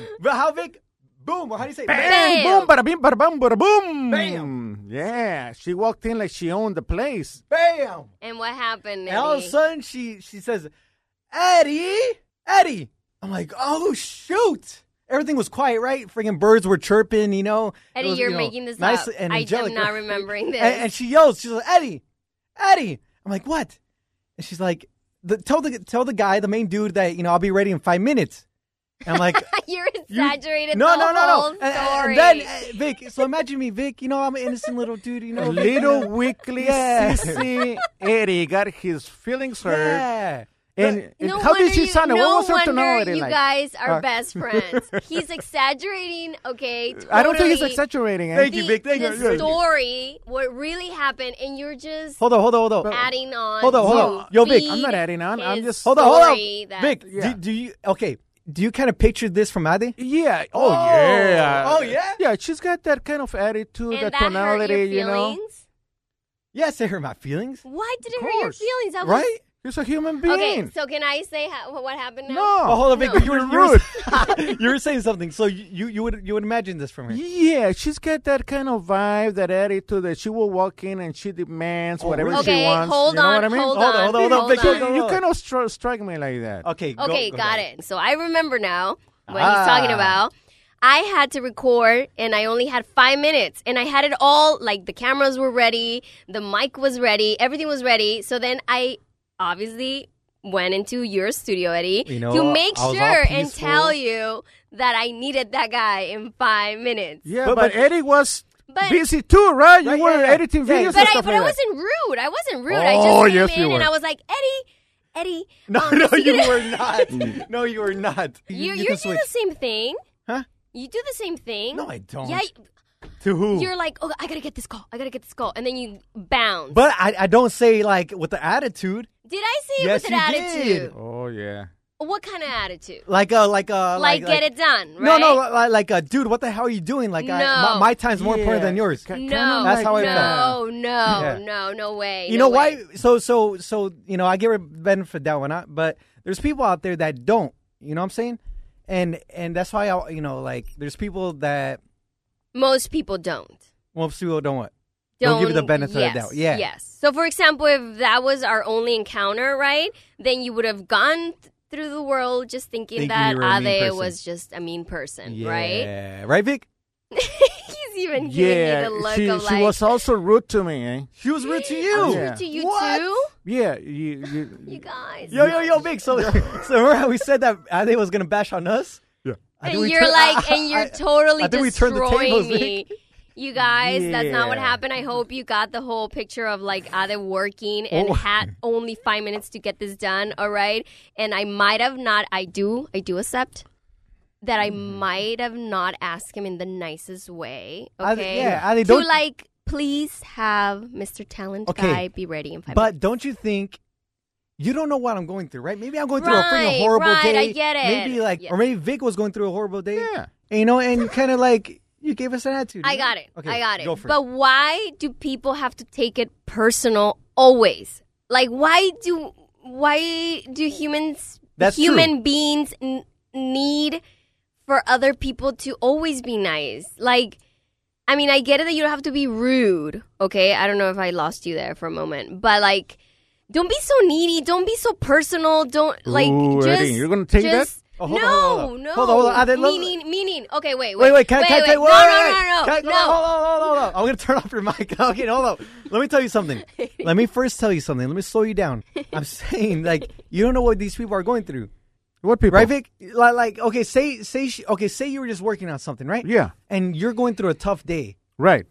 Speaker 3: Bam!
Speaker 1: But how big? Boom! Or how do you say?
Speaker 2: Bam,
Speaker 3: Bam.
Speaker 2: boom, bada bim, bada bam, bada boom.
Speaker 1: Bam.
Speaker 2: Yeah, she walked in like she owned the place.
Speaker 1: Bam!
Speaker 3: and what happened?
Speaker 1: And all of a
Speaker 3: Eddie?
Speaker 1: sudden, she she says, "Eddie, Eddie." I'm like, "Oh shoot!" Everything was quiet, right? Freaking birds were chirping, you know. It
Speaker 3: Eddie,
Speaker 1: was,
Speaker 3: you're
Speaker 1: you know,
Speaker 3: making this
Speaker 1: nice
Speaker 3: up.
Speaker 1: And
Speaker 3: I
Speaker 1: angelic,
Speaker 3: am not
Speaker 1: right?
Speaker 3: remembering this.
Speaker 1: And, and she yells, she's like, Eddie, Eddie. I'm like, what? And she's like, the, tell the tell the guy, the main dude, that you know I'll be ready in five minutes. And I'm like,
Speaker 3: You're exaggerated.
Speaker 1: no,
Speaker 3: the
Speaker 1: no, no,
Speaker 3: whole
Speaker 1: no. And, and
Speaker 3: Story.
Speaker 1: then uh, Vic, so imagine me, Vic. You know I'm an innocent little dude. You know,
Speaker 2: Little weakly
Speaker 1: Yeah.
Speaker 2: sissy Eddie got his feelings hurt.
Speaker 1: yeah.
Speaker 2: And, and
Speaker 3: no
Speaker 2: how did
Speaker 3: wonder
Speaker 2: she
Speaker 3: you,
Speaker 2: sound?
Speaker 3: No
Speaker 2: what was her
Speaker 3: wonder
Speaker 2: tonality
Speaker 3: you
Speaker 2: like?
Speaker 3: guys are
Speaker 2: Uh,
Speaker 3: best friends. He's exaggerating. Okay, totally.
Speaker 2: I don't think it's exaggerating. eh?
Speaker 1: Thank
Speaker 3: The,
Speaker 1: you, Vic. Thank
Speaker 3: the
Speaker 1: you. Yeah.
Speaker 3: story, what really happened, and you're just
Speaker 1: Hold on, hold on, hold on.
Speaker 3: adding on.
Speaker 1: Hold on, hold on.
Speaker 3: to
Speaker 1: Yo, Vic,
Speaker 2: I'm not adding on. I'm
Speaker 3: his
Speaker 2: just-
Speaker 1: Hold on, hold
Speaker 3: story
Speaker 1: on.
Speaker 3: that-
Speaker 1: Vic,
Speaker 2: Yeah.
Speaker 1: do, do you okay? Do you kind of picture this from Adi?
Speaker 2: Yeah. Oh,
Speaker 1: Oh.
Speaker 2: yeah.
Speaker 1: Oh, yeah?
Speaker 2: Yeah, she's got that kind of attitude,
Speaker 3: and
Speaker 2: that,
Speaker 3: that
Speaker 2: tonality,
Speaker 3: hurt your
Speaker 2: you know.
Speaker 3: feelings?
Speaker 1: Yes, it hurt my feelings,
Speaker 3: Why did it
Speaker 2: Of
Speaker 3: hurt your
Speaker 2: course.
Speaker 3: feelings? I was,
Speaker 1: right?
Speaker 2: He's a human being.
Speaker 3: Okay, so can I say how, what happened now?
Speaker 2: no.
Speaker 1: Oh, hold on, Vic.
Speaker 3: No.
Speaker 1: but You were you were, you were saying something, so you, you you would you would imagine this from her.
Speaker 2: Yeah, she's got that kind of vibe, that attitude that she will walk in and she demands whatever she
Speaker 3: Oh, Okay,
Speaker 2: wants.
Speaker 3: hold
Speaker 2: you know
Speaker 3: on,
Speaker 2: what I mean?
Speaker 3: hold,
Speaker 1: Hold on,
Speaker 3: on,
Speaker 1: hold on, hold on, Vic,
Speaker 2: So
Speaker 1: hold on.
Speaker 2: you kind of stru- strike me like that.
Speaker 1: Okay. go-
Speaker 3: Okay,
Speaker 1: go
Speaker 3: got
Speaker 1: ahead.
Speaker 3: it. So I remember now what
Speaker 1: Ah.
Speaker 3: he's talking about. I had to record and I only had five minutes and I had it all like the cameras were ready, the mic was ready, everything was ready. So then I obviously went into your studio, Eddie,
Speaker 1: You know,
Speaker 3: to make
Speaker 1: I was all
Speaker 3: sure and
Speaker 1: peaceful.
Speaker 3: tell you that I needed that guy in five minutes.
Speaker 2: Yeah,
Speaker 1: But-
Speaker 2: but,
Speaker 1: but-
Speaker 2: Eddie was
Speaker 3: But-
Speaker 2: busy too, right? You
Speaker 1: Right,
Speaker 2: were
Speaker 1: yeah, yeah.
Speaker 2: editing
Speaker 1: Yeah,
Speaker 2: videos
Speaker 1: yeah.
Speaker 2: and
Speaker 3: But I,
Speaker 2: stuff
Speaker 3: but
Speaker 2: like
Speaker 3: I
Speaker 2: that.
Speaker 3: wasn't rude. I wasn't rude. I just
Speaker 2: Oh,
Speaker 3: came
Speaker 2: yes, you
Speaker 3: in
Speaker 2: were.
Speaker 3: and I was like, Eddie, Eddie.
Speaker 1: No,
Speaker 3: um,
Speaker 1: no,
Speaker 3: this is
Speaker 1: you
Speaker 3: gonna-
Speaker 1: were not. No, you were not.
Speaker 3: You,
Speaker 1: you
Speaker 3: you,
Speaker 1: can
Speaker 3: do
Speaker 1: switch.
Speaker 3: the same thing.
Speaker 1: Huh?
Speaker 3: You do the same thing.
Speaker 1: No, I don't.
Speaker 3: Yeah,
Speaker 1: To who?
Speaker 3: you're like, oh, I gotta get this call. I gotta get this call, and then you bounce.
Speaker 1: but I, I don't say like with the attitude,
Speaker 3: did I say
Speaker 1: Yes,
Speaker 3: it with
Speaker 1: you
Speaker 3: an
Speaker 1: did.
Speaker 3: attitude?
Speaker 2: Oh, yeah.
Speaker 3: What kind of attitude?
Speaker 1: like a like a
Speaker 3: Like, get it done,
Speaker 1: No,
Speaker 3: right?
Speaker 1: no, like, like uh, dude, what the hell are you doing? Like, I,
Speaker 3: No.
Speaker 1: my, my time's more important
Speaker 2: Yeah.
Speaker 1: than yours.
Speaker 2: Ca- kinda
Speaker 3: no,
Speaker 1: That's how I
Speaker 3: no,
Speaker 1: felt.
Speaker 3: no,
Speaker 1: Yeah.
Speaker 3: no, no way.
Speaker 1: you
Speaker 3: no
Speaker 1: know
Speaker 3: way.
Speaker 1: why? So, so, so, you know, I give her benefit that one, out, but there's people out there that don't. You know what I'm saying? And and that's why I, you know, like, there's people that
Speaker 3: Most people don't.
Speaker 1: most people don't want. Don't
Speaker 3: Don't
Speaker 1: give you the benefit of
Speaker 3: yes,
Speaker 1: doubt. Yeah.
Speaker 3: Yes. So, for example, if that was our only encounter, right? Then you would have gone th- through the world just thinking,
Speaker 1: Thinking
Speaker 3: that
Speaker 1: you were a mean
Speaker 3: Ade
Speaker 1: person.
Speaker 3: was just a mean person,
Speaker 1: Yeah.
Speaker 3: right?
Speaker 1: Right, Vic?
Speaker 3: He's even
Speaker 2: Yeah,
Speaker 3: giving me the look
Speaker 2: she,
Speaker 3: of
Speaker 2: she
Speaker 3: like,
Speaker 2: was also rude to me, eh?
Speaker 1: She was rude to
Speaker 3: I
Speaker 1: you.
Speaker 3: was
Speaker 2: Yeah.
Speaker 3: rude to you
Speaker 1: What?
Speaker 3: too.
Speaker 2: Yeah, you, you,
Speaker 3: You guys.
Speaker 1: Yo, yo, yo, Vic. So, so remember how we said that Ade was gonna bash on us?
Speaker 2: Yeah.
Speaker 1: I
Speaker 3: and
Speaker 1: think we
Speaker 3: you're
Speaker 1: turned-
Speaker 3: like, and you're
Speaker 1: I-
Speaker 3: totally
Speaker 1: I think we turned the
Speaker 3: destroying
Speaker 1: tables,
Speaker 3: me. You guys, that's not what
Speaker 2: Yeah.
Speaker 3: happened. I hope you got the whole picture of like Ade working and
Speaker 1: Oh.
Speaker 3: had only five minutes to get this done. All right, and I might have not. I do. I do accept that I
Speaker 1: Mm-hmm.
Speaker 3: might have not asked him in the nicest way.
Speaker 1: I-
Speaker 3: Okay.
Speaker 1: yeah, I-
Speaker 3: to
Speaker 1: don't-
Speaker 3: like please have Mr. Talent
Speaker 1: Okay,
Speaker 3: guy be ready in five minutes.
Speaker 1: But don't you think you don't know what I'm going through, right? Maybe I'm going through a freaking
Speaker 3: Right,
Speaker 1: horrible
Speaker 3: right,
Speaker 1: day.
Speaker 3: I get it.
Speaker 1: Maybe like,
Speaker 3: Yeah.
Speaker 1: or maybe Vic was going through a horrible day.
Speaker 2: Yeah.
Speaker 1: And, you know, and you kind of like you gave us an attitude.
Speaker 3: I
Speaker 1: you know?
Speaker 3: got it.
Speaker 1: Okay,
Speaker 3: I got it.
Speaker 1: Go for
Speaker 3: but why do people have to take it personal always? Like why do why do humans
Speaker 1: That's
Speaker 3: human beings n- need for other people to always be nice? Like I mean, I get it that you don't have to be rude, okay? I don't know if I lost you there for a moment, but like don't be so needy, don't be so personal, don't like
Speaker 2: Ooh,
Speaker 3: just
Speaker 2: Eddie, you're gonna take that?
Speaker 3: just,
Speaker 1: Oh, hold
Speaker 3: no,
Speaker 1: on, hold on.
Speaker 3: no.
Speaker 1: Hold on, hold on. Ah, they love-
Speaker 3: meaning, meaning. Okay, wait,
Speaker 1: Wait,
Speaker 3: wait,
Speaker 1: wait, can, I- can I
Speaker 3: wait.
Speaker 1: tell you?
Speaker 3: no, no, no, no,
Speaker 1: Can I-
Speaker 3: no.
Speaker 1: Hold on, hold on, hold on. I'm gonna turn off your mic. Okay, hold on. Let me tell you something. Let me first tell you something. Let me slow you down. I'm saying like you don't know what these people are going through,
Speaker 2: What people?
Speaker 1: right, Vic? Like, like okay, say say she, okay, say you were just working on something, right?
Speaker 2: Yeah.
Speaker 1: And you're going through a tough day,
Speaker 2: Right.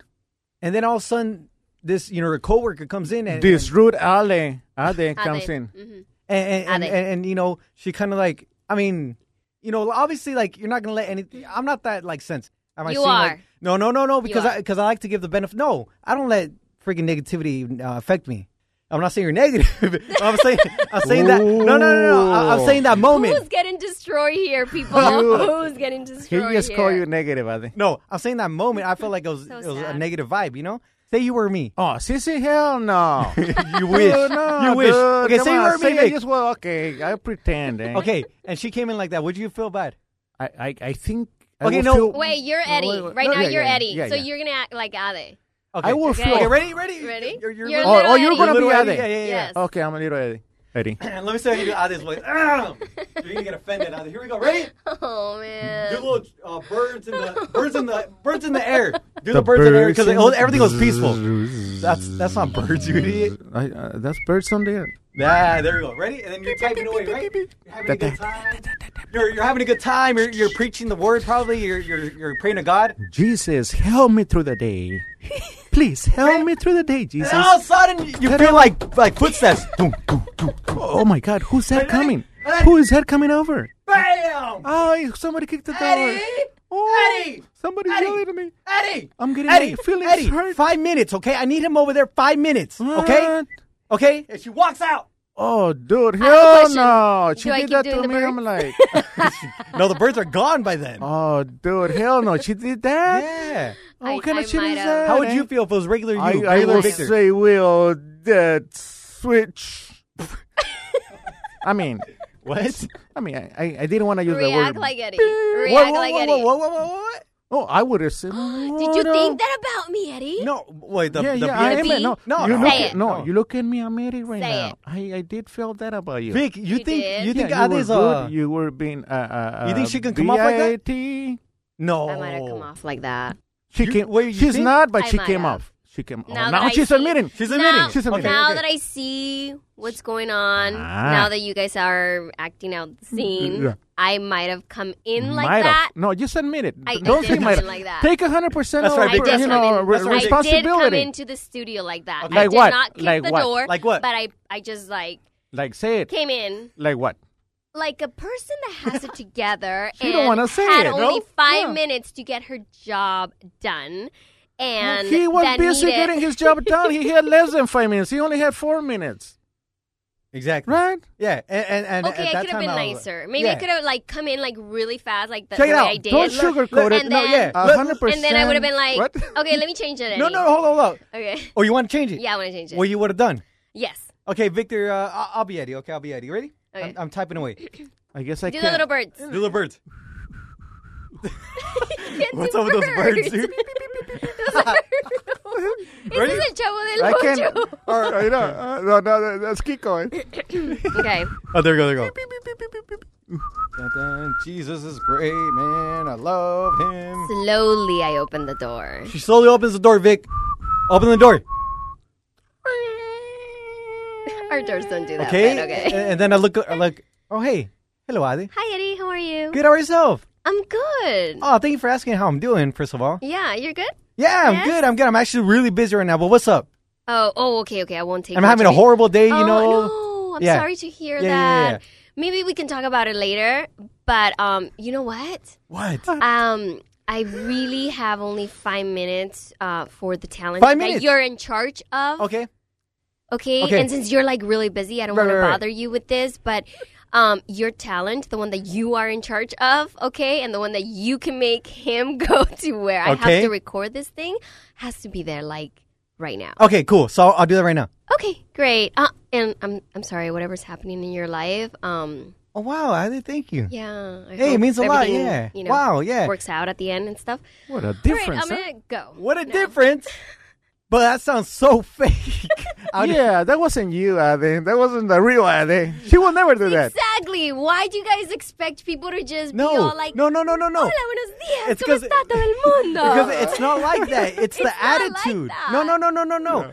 Speaker 1: and then all of a sudden this you know a coworker comes in and
Speaker 2: This rude Ale, Ale comes
Speaker 3: Ale.
Speaker 2: in.
Speaker 1: Mm-hmm. and and, and,
Speaker 3: Ade.
Speaker 1: and, and, you know she kind of like I mean you know obviously like you're not gonna let anything I'm not that like sense am I
Speaker 3: You
Speaker 1: seeing, like-
Speaker 3: are.
Speaker 1: no no no no because
Speaker 3: are.
Speaker 1: I because I like to give the benefit no I don't let freaking negativity uh, affect me I'm not saying you're negative I'm saying I'm saying that no no no no I, am saying that
Speaker 3: Who's
Speaker 1: moment
Speaker 3: getting destroyed here, people?
Speaker 2: You-
Speaker 3: Who's getting
Speaker 2: He
Speaker 1: Oh,
Speaker 3: destroyed
Speaker 2: just
Speaker 3: here?
Speaker 2: call you negative, Ale.
Speaker 1: no I'm saying that moment I felt like it was
Speaker 3: So
Speaker 1: it was a
Speaker 3: sad.
Speaker 1: negative vibe you know say you were me
Speaker 2: Oh, sí, sí, hell no.
Speaker 1: you wish
Speaker 2: Dude, no,
Speaker 1: you wish
Speaker 2: dude,
Speaker 1: okay
Speaker 2: come
Speaker 1: say you
Speaker 2: on,
Speaker 1: were me
Speaker 2: say I
Speaker 1: Vic.
Speaker 2: just well, okay, I pretend. Eh?
Speaker 1: okay and she came in like that would you feel bad
Speaker 2: I, I, I think.
Speaker 1: Okay,
Speaker 2: I will
Speaker 1: no.
Speaker 2: Feel,
Speaker 3: Wait, you're
Speaker 2: No,
Speaker 3: Eddie.
Speaker 2: wait, wait.
Speaker 3: Right
Speaker 2: No,
Speaker 3: now,
Speaker 2: yeah,
Speaker 3: you're
Speaker 2: yeah,
Speaker 3: Eddie.
Speaker 2: yeah,
Speaker 3: so
Speaker 2: yeah.
Speaker 3: you're gonna act like Ade.
Speaker 1: okay
Speaker 2: I will
Speaker 3: Okay.
Speaker 2: feel.
Speaker 1: okay ready ready
Speaker 3: Ready?
Speaker 1: You're- you're-
Speaker 3: You're
Speaker 2: Oh, oh,
Speaker 3: Little
Speaker 2: you're
Speaker 3: Eddie.
Speaker 2: gonna be
Speaker 1: Little
Speaker 2: Eddie.
Speaker 1: Eddie, yeah, yeah, yeah.
Speaker 3: Yes.
Speaker 2: Okay, I'm a little Eddie. Eddie.
Speaker 1: Let me see how you do out this way. Ahem. You're gonna get offended out Here we go. Ready?
Speaker 3: Oh man.
Speaker 1: Do little uh, birds in the birds in the birds in the air. Do the,
Speaker 2: The
Speaker 1: birds, in the air
Speaker 2: birds
Speaker 1: because
Speaker 2: in-
Speaker 1: everything was peaceful. That's that's not birds, you idiot.
Speaker 2: I, uh, that's birds on there.
Speaker 1: Ah, there we go. Ready? And then you're typing away, right? You're having a good time. You're, you're having a good time. You're, you're preaching the word, probably. You're, you're you're praying to God.
Speaker 2: Jesus, help me through the day. Please help me through the day, Jesus.
Speaker 1: And all of a sudden, you feel like like footsteps.
Speaker 2: Dum, dum, dum. Oh my God, who's that
Speaker 1: Eddie,
Speaker 2: coming?
Speaker 1: Eddie.
Speaker 2: Who is that coming over?
Speaker 1: Bam!
Speaker 2: Oh, somebody kicked the door.
Speaker 1: Eddie!
Speaker 2: Oh,
Speaker 1: Eddie!
Speaker 2: Somebody
Speaker 1: Eddie!
Speaker 2: yelling at me.
Speaker 1: Eddie,
Speaker 2: I'm getting
Speaker 1: Eddie,
Speaker 2: my feelings
Speaker 1: Eddie,
Speaker 2: hurt.
Speaker 1: five minutes, okay? I need him over there. Five minutes,
Speaker 3: Uh,
Speaker 1: okay?
Speaker 2: What?
Speaker 1: Okay. And she walks out.
Speaker 2: Oh, dude,
Speaker 3: have a
Speaker 2: hell
Speaker 3: question.
Speaker 2: no! She
Speaker 3: Do I
Speaker 2: did
Speaker 3: keep
Speaker 2: that
Speaker 3: doing
Speaker 2: to
Speaker 3: the
Speaker 2: me.
Speaker 3: bird?
Speaker 2: I'm like,
Speaker 1: no, the birds are gone by then.
Speaker 2: oh, dude, hell no! She did that.
Speaker 1: yeah.
Speaker 2: Oh,
Speaker 3: I-
Speaker 2: what kind
Speaker 3: I
Speaker 2: of shit
Speaker 3: might
Speaker 2: is
Speaker 3: have.
Speaker 2: that?
Speaker 1: How would
Speaker 2: eh?
Speaker 1: you feel if it was regular you,
Speaker 2: I, I
Speaker 1: regular
Speaker 2: will
Speaker 1: Victor?
Speaker 2: say, will that switch? I mean,
Speaker 1: what?
Speaker 2: I mean, I, I, I didn't want to use the
Speaker 3: React
Speaker 2: word.
Speaker 3: like Eddie.
Speaker 1: Whoa,
Speaker 3: React
Speaker 1: whoa,
Speaker 3: like
Speaker 1: whoa,
Speaker 3: Eddie.
Speaker 1: whoa, whoa, whoa, whoa, what?
Speaker 2: oh, I would have said.
Speaker 3: Did you think that about me, Eddie?
Speaker 1: No, wait. The,
Speaker 2: yeah,
Speaker 1: the
Speaker 2: yeah, I
Speaker 1: beard-
Speaker 2: am.
Speaker 3: BFB?
Speaker 2: No,
Speaker 1: No,
Speaker 2: you
Speaker 1: no.
Speaker 2: look
Speaker 3: Say
Speaker 2: at,
Speaker 3: it.
Speaker 2: no,
Speaker 1: No.
Speaker 2: you look at me. I'm Eddie right
Speaker 3: Say
Speaker 2: now.
Speaker 3: it.
Speaker 2: I, I did feel that about you.
Speaker 1: Vic, you
Speaker 3: You
Speaker 1: think
Speaker 3: did.
Speaker 1: you
Speaker 2: yeah,
Speaker 1: think
Speaker 2: you were
Speaker 1: Ade's
Speaker 2: good.
Speaker 1: uh
Speaker 2: You were being. Uh, uh,
Speaker 1: You think
Speaker 2: uh,
Speaker 1: she can come off like that?
Speaker 2: BIT?
Speaker 1: no?
Speaker 3: I might have come off like that.
Speaker 2: She
Speaker 1: You-
Speaker 2: came.
Speaker 1: wait, you
Speaker 2: she's
Speaker 1: think?
Speaker 2: not, but
Speaker 3: I
Speaker 2: she
Speaker 3: might
Speaker 2: came
Speaker 3: have.
Speaker 2: off. She came. Now,
Speaker 3: Now
Speaker 2: now
Speaker 3: that I
Speaker 2: she's
Speaker 3: see-
Speaker 2: admitting.
Speaker 1: She's admitting.
Speaker 3: Now,
Speaker 2: She's admitting.
Speaker 3: now
Speaker 1: Okay, okay.
Speaker 3: that I see what's going on,
Speaker 2: Ah.
Speaker 3: now that you guys are acting out the scene,
Speaker 2: Yeah.
Speaker 3: I might have come in like
Speaker 2: Might have.
Speaker 3: that.
Speaker 2: No, just admit it.
Speaker 3: I- I
Speaker 2: Don't
Speaker 3: did
Speaker 2: say
Speaker 3: come
Speaker 2: might
Speaker 3: in
Speaker 2: have.
Speaker 3: like that.
Speaker 2: Take hundred percent
Speaker 1: That's
Speaker 2: of
Speaker 1: right,
Speaker 3: I
Speaker 1: Vic.
Speaker 3: did,
Speaker 2: you
Speaker 3: come
Speaker 2: know,
Speaker 3: in,
Speaker 2: re-
Speaker 1: That's right, Vic.
Speaker 3: I did come
Speaker 2: responsibility.
Speaker 3: into the studio like that.
Speaker 1: Okay.
Speaker 3: I
Speaker 2: Like
Speaker 3: did
Speaker 2: what?
Speaker 3: not kick
Speaker 2: Like
Speaker 3: the
Speaker 2: what?
Speaker 3: door.
Speaker 1: Like what?
Speaker 3: But I, I just like
Speaker 2: Like say it.
Speaker 3: came in
Speaker 2: Like what?
Speaker 3: like a person that has it together
Speaker 2: She
Speaker 3: and
Speaker 2: don't wanna say
Speaker 3: had
Speaker 2: it, no?
Speaker 3: only five
Speaker 2: Yeah.
Speaker 3: minutes to get her job done.
Speaker 2: Well,
Speaker 3: And
Speaker 2: he was
Speaker 3: that
Speaker 2: busy
Speaker 3: needed-
Speaker 2: getting his job done. He had less than five minutes. He only had four minutes.
Speaker 1: Exactly.
Speaker 2: Right?
Speaker 1: Yeah. And and, and
Speaker 3: Okay,
Speaker 1: at
Speaker 3: I
Speaker 1: that
Speaker 3: could have been
Speaker 1: time, I was-
Speaker 3: nicer. Maybe I
Speaker 1: yeah.
Speaker 3: could have like come in like really fast, like the,
Speaker 1: Check
Speaker 3: the
Speaker 1: it
Speaker 3: way
Speaker 1: out.
Speaker 3: I did.
Speaker 2: Don't sugarcoat it.
Speaker 3: And
Speaker 1: No, yeah.
Speaker 3: then-
Speaker 2: A
Speaker 1: Let-
Speaker 2: hundred
Speaker 3: and then I would have been like,
Speaker 2: percent. What?
Speaker 3: okay, let me change it.
Speaker 1: No,
Speaker 3: Eddie."
Speaker 1: no, hold on, hold on.
Speaker 3: Okay.
Speaker 1: Oh, you want to change it?
Speaker 3: Yeah, I want to change it.
Speaker 1: Well, you would have done.
Speaker 3: yes.
Speaker 1: Okay, Victor. Uh, I- I'll be Eddie. Okay, I'll be Eddie. Ready?
Speaker 3: Okay.
Speaker 1: I'm, I'm typing away.
Speaker 2: I guess I
Speaker 3: Do
Speaker 2: can.
Speaker 3: the little birds.
Speaker 1: Do the birds.
Speaker 3: You can't
Speaker 1: What's
Speaker 3: do
Speaker 1: up with those birds, dude?
Speaker 3: Those are- This is a chavo del
Speaker 2: I can.
Speaker 3: ocho.
Speaker 2: All right, you know, uh, no, no, no, let's keep going.
Speaker 3: Okay.
Speaker 1: Oh, there we go, there we go. Dun, dun. Jesus is great, man. I love him.
Speaker 3: Slowly, I open the door.
Speaker 1: She slowly opens the door, Vic. Open the door.
Speaker 3: Our doors don't do that.
Speaker 1: Okay. Uh,
Speaker 3: but
Speaker 1: And-
Speaker 3: okay.
Speaker 1: And then I look, I look. Oh, hey. Hello, Adi.
Speaker 3: Hi, Eddie. How are you?
Speaker 1: Good, how are yourself?
Speaker 3: I'm good.
Speaker 1: Oh, thank you for asking how I'm doing, first of all.
Speaker 3: Yeah, you're good.
Speaker 1: Yeah, I'm
Speaker 3: Yes?
Speaker 1: good. I'm good. I'm actually really busy right now, but what's up?
Speaker 3: Oh, oh, okay, okay. I won't take.
Speaker 1: I'm
Speaker 3: much
Speaker 1: having
Speaker 3: of
Speaker 1: a
Speaker 3: it.
Speaker 1: horrible day, you
Speaker 3: oh,
Speaker 1: know.
Speaker 3: No, I'm
Speaker 1: Yeah.
Speaker 3: sorry to hear
Speaker 1: Yeah, yeah,
Speaker 3: that.
Speaker 1: yeah, yeah.
Speaker 3: maybe we can talk about it later. But um, you know what?
Speaker 1: What?
Speaker 3: Um, I really have only five minutes uh, for the talent
Speaker 1: Five
Speaker 3: that
Speaker 1: minutes? Oh,
Speaker 3: you're in charge of.
Speaker 1: Okay.
Speaker 3: Okay.
Speaker 1: Okay.
Speaker 3: And since you're like really busy, I don't
Speaker 1: Right,
Speaker 3: want
Speaker 1: right,
Speaker 3: to
Speaker 1: right.
Speaker 3: bother you with this, but um, your talent, the one that you are in charge of, okay, and the one that you can make him go to where I have
Speaker 1: Okay.
Speaker 3: to record this thing, has to be there like right now.
Speaker 1: Okay, cool. So I'll, I'll do that right now.
Speaker 3: Okay, great. Uh, and I'm I'm sorry, whatever's happening in your life. Um,
Speaker 1: Oh, wow. I did thank you.
Speaker 3: yeah. I
Speaker 1: Hey, it
Speaker 3: hope
Speaker 1: means a lot,
Speaker 3: everything,
Speaker 1: yeah.
Speaker 3: You know,
Speaker 1: Wow, yeah.
Speaker 3: Works out at the end and stuff.
Speaker 2: What a
Speaker 3: All right,
Speaker 2: difference.
Speaker 3: I'm
Speaker 2: huh?
Speaker 3: gonna go.
Speaker 1: What a
Speaker 3: now.
Speaker 1: difference. But that sounds so fake. How do-
Speaker 2: yeah, that wasn't you, Ade. That wasn't the real Ade. She will never do that.
Speaker 3: Exactly. Why do you guys expect people to just
Speaker 1: No.
Speaker 3: be all like,
Speaker 1: no, no, no, no, no.
Speaker 3: Hola, buenos días.
Speaker 1: It's
Speaker 3: ¿Cómo
Speaker 1: 'cause-
Speaker 3: está todo el mundo?
Speaker 1: Because it's not like that. It's the
Speaker 3: It's not like
Speaker 1: attitude.
Speaker 3: that.
Speaker 1: No, no, no, no, no, no.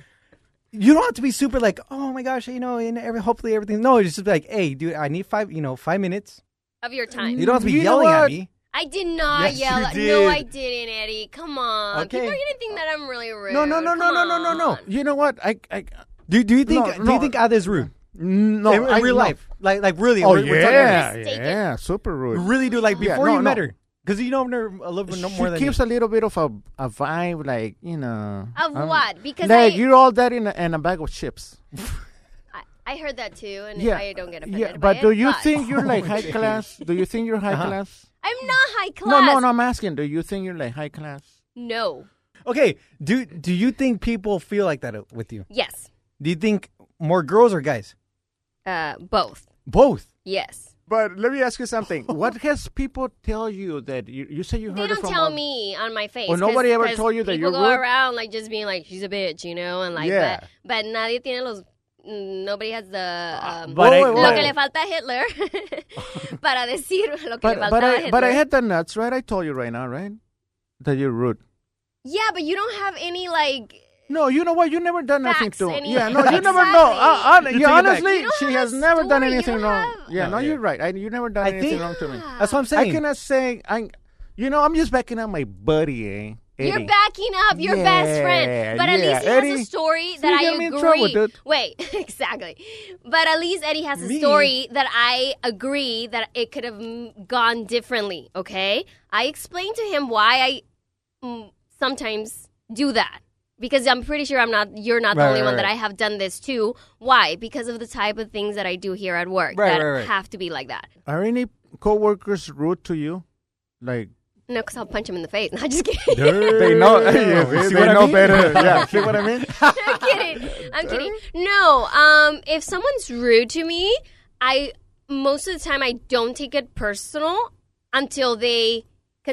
Speaker 1: You don't have to be super like, oh my gosh, you know, and every hopefully everything. No, it's just like, hey, dude, I need five, you know, five minutes.
Speaker 3: of your time.
Speaker 1: You don't have to be
Speaker 2: You know
Speaker 1: yelling at
Speaker 2: what?
Speaker 1: me.
Speaker 3: I did not
Speaker 1: Yes,
Speaker 3: yell.
Speaker 1: you
Speaker 3: at- No,
Speaker 1: did.
Speaker 3: I didn't, Eddie. Come on.
Speaker 1: Okay.
Speaker 3: People are gonna think that I'm really rude.
Speaker 1: No, no, no, no,
Speaker 3: Come
Speaker 1: no, no, no, no.
Speaker 3: on.
Speaker 2: You know what? I, I
Speaker 1: Do, do you think?
Speaker 2: No,
Speaker 1: do
Speaker 2: no.
Speaker 1: you think Ade's rude
Speaker 2: no,
Speaker 1: in, in
Speaker 2: I-
Speaker 1: real
Speaker 2: no.
Speaker 1: life? Like, like really?
Speaker 2: Oh
Speaker 1: we're- we're talking about-
Speaker 2: yeah,
Speaker 3: about-
Speaker 2: yeah, super rude.
Speaker 1: You really do. Like
Speaker 2: Yeah,
Speaker 1: before
Speaker 2: no,
Speaker 1: you met
Speaker 2: no.
Speaker 1: her, because you know her a little bit no more
Speaker 2: she
Speaker 1: than
Speaker 2: keeps
Speaker 1: me.
Speaker 2: a little bit of a, a vibe, like you know.
Speaker 3: Of
Speaker 2: I'm-
Speaker 3: what? Because
Speaker 2: like
Speaker 3: I-
Speaker 2: you're all that in a, in a bag of chips.
Speaker 3: I, I heard that too, and
Speaker 2: Yeah,
Speaker 3: I don't get offended.
Speaker 2: yeah.
Speaker 3: by
Speaker 2: But do
Speaker 3: it,
Speaker 2: you think you're like high class? Do you think you're high class?
Speaker 3: I'm not high
Speaker 2: No,
Speaker 3: class?
Speaker 2: no, no. I'm asking. Do you think you're like high class?
Speaker 3: No.
Speaker 1: Okay. Do do you think people feel like that with you?
Speaker 3: Yes.
Speaker 1: Do you think more girls or guys?
Speaker 3: Uh, both.
Speaker 1: Both.
Speaker 3: Yes.
Speaker 2: But let me ask you something. what has people tell you that you, you say you heard
Speaker 3: They
Speaker 2: it
Speaker 3: don't
Speaker 2: from?
Speaker 3: tell
Speaker 2: a-
Speaker 3: me on my face.
Speaker 2: Or nobody
Speaker 3: 'cause-
Speaker 2: ever
Speaker 3: 'cause
Speaker 2: told you that
Speaker 3: people
Speaker 2: you're
Speaker 3: go
Speaker 2: rude?
Speaker 3: around like just being like she's a bitch, you know, and like
Speaker 2: Yeah.
Speaker 3: but but nadie tiene los nobody has the um,
Speaker 2: but I-
Speaker 3: lo
Speaker 2: but-
Speaker 3: que le falta a Hitler para decir lo que
Speaker 2: But
Speaker 3: le falta
Speaker 2: but
Speaker 3: a
Speaker 2: I
Speaker 3: Hitler.
Speaker 2: but I had the nuts right. I told you right now, right? That you're rude.
Speaker 3: yeah, but you don't have any like
Speaker 2: No, you know what? You never done nothing
Speaker 3: Facts,
Speaker 2: to.
Speaker 3: any-
Speaker 2: yeah, no, you never
Speaker 3: Exactly.
Speaker 2: know. Uh, hon-
Speaker 1: You
Speaker 2: yeah,
Speaker 1: take it back.
Speaker 2: honestly,
Speaker 3: You don't
Speaker 2: she
Speaker 3: have
Speaker 2: has
Speaker 3: a
Speaker 2: never done
Speaker 3: story. You
Speaker 2: anything
Speaker 3: don't
Speaker 2: wrong.
Speaker 3: have-
Speaker 2: Yeah, no,
Speaker 1: No, yeah.
Speaker 2: you're right. I, you never done
Speaker 1: I
Speaker 2: anything
Speaker 1: think-
Speaker 2: wrong to me.
Speaker 3: ah.
Speaker 1: That's what I'm saying.
Speaker 2: I cannot say. I, you know, I'm just backing up my buddy, eh?
Speaker 3: You're
Speaker 2: Eddie.
Speaker 3: backing up your best friend.
Speaker 2: Yeah,
Speaker 3: But at
Speaker 2: yeah.
Speaker 3: least he has
Speaker 2: Eddie,
Speaker 3: a story
Speaker 2: you
Speaker 3: that I
Speaker 2: got me
Speaker 3: agree.
Speaker 2: in trouble, dude.
Speaker 3: Wait, exactly. But at least Eddie has a
Speaker 1: Me?
Speaker 3: story that I agree that it could have mm, gone differently, okay? I explained to him why I mm, sometimes do that. Because I'm pretty sure I'm not you're not the
Speaker 1: Right,
Speaker 3: only
Speaker 1: right,
Speaker 3: one that
Speaker 1: right.
Speaker 3: I have done this to. Why? Because of the type of things that I do here at work
Speaker 1: Right,
Speaker 3: that
Speaker 1: right, right.
Speaker 3: have to be like that.
Speaker 2: Are any coworkers rude to you? Like
Speaker 3: No, because I'll punch him in the face. No, I'm just kidding.
Speaker 2: they know,
Speaker 1: You
Speaker 2: they,
Speaker 1: see what I
Speaker 2: know
Speaker 1: mean?
Speaker 2: better. Yeah, see what I mean?
Speaker 3: I'm kidding. I'm kidding. No, um, if someone's rude to me, I most of the time I don't take it personal until they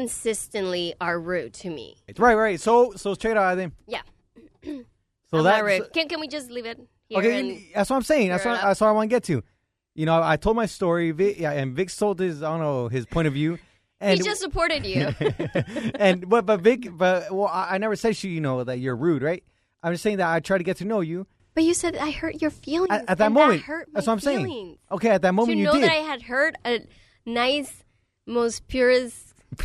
Speaker 3: consistently are rude to me.
Speaker 1: Right, right. So so straight out of them.
Speaker 3: Yeah,
Speaker 1: So
Speaker 3: I'm
Speaker 1: that
Speaker 3: not rude. Can can we just leave it here?
Speaker 1: okay.
Speaker 3: and-
Speaker 1: that's what I'm saying. That's
Speaker 3: you're
Speaker 1: what,
Speaker 3: allowed-
Speaker 1: that's what I want to get to. You know, I, I told my story, Vic, yeah, and Vic told his I don't know his point of view. And
Speaker 3: he just supported you.
Speaker 1: and but but Vic, but well, I, I never said she, you know, that you're rude, right? I'm just saying that I try to get to know you
Speaker 3: but you said I hurt your feelings.
Speaker 1: at, at
Speaker 3: and
Speaker 1: that moment.
Speaker 3: hurt my
Speaker 1: that's what I'm saying.
Speaker 3: feelings.
Speaker 1: Okay, at that moment
Speaker 3: to
Speaker 1: you,
Speaker 3: know
Speaker 1: did.
Speaker 3: that I had hurt a nice, most purest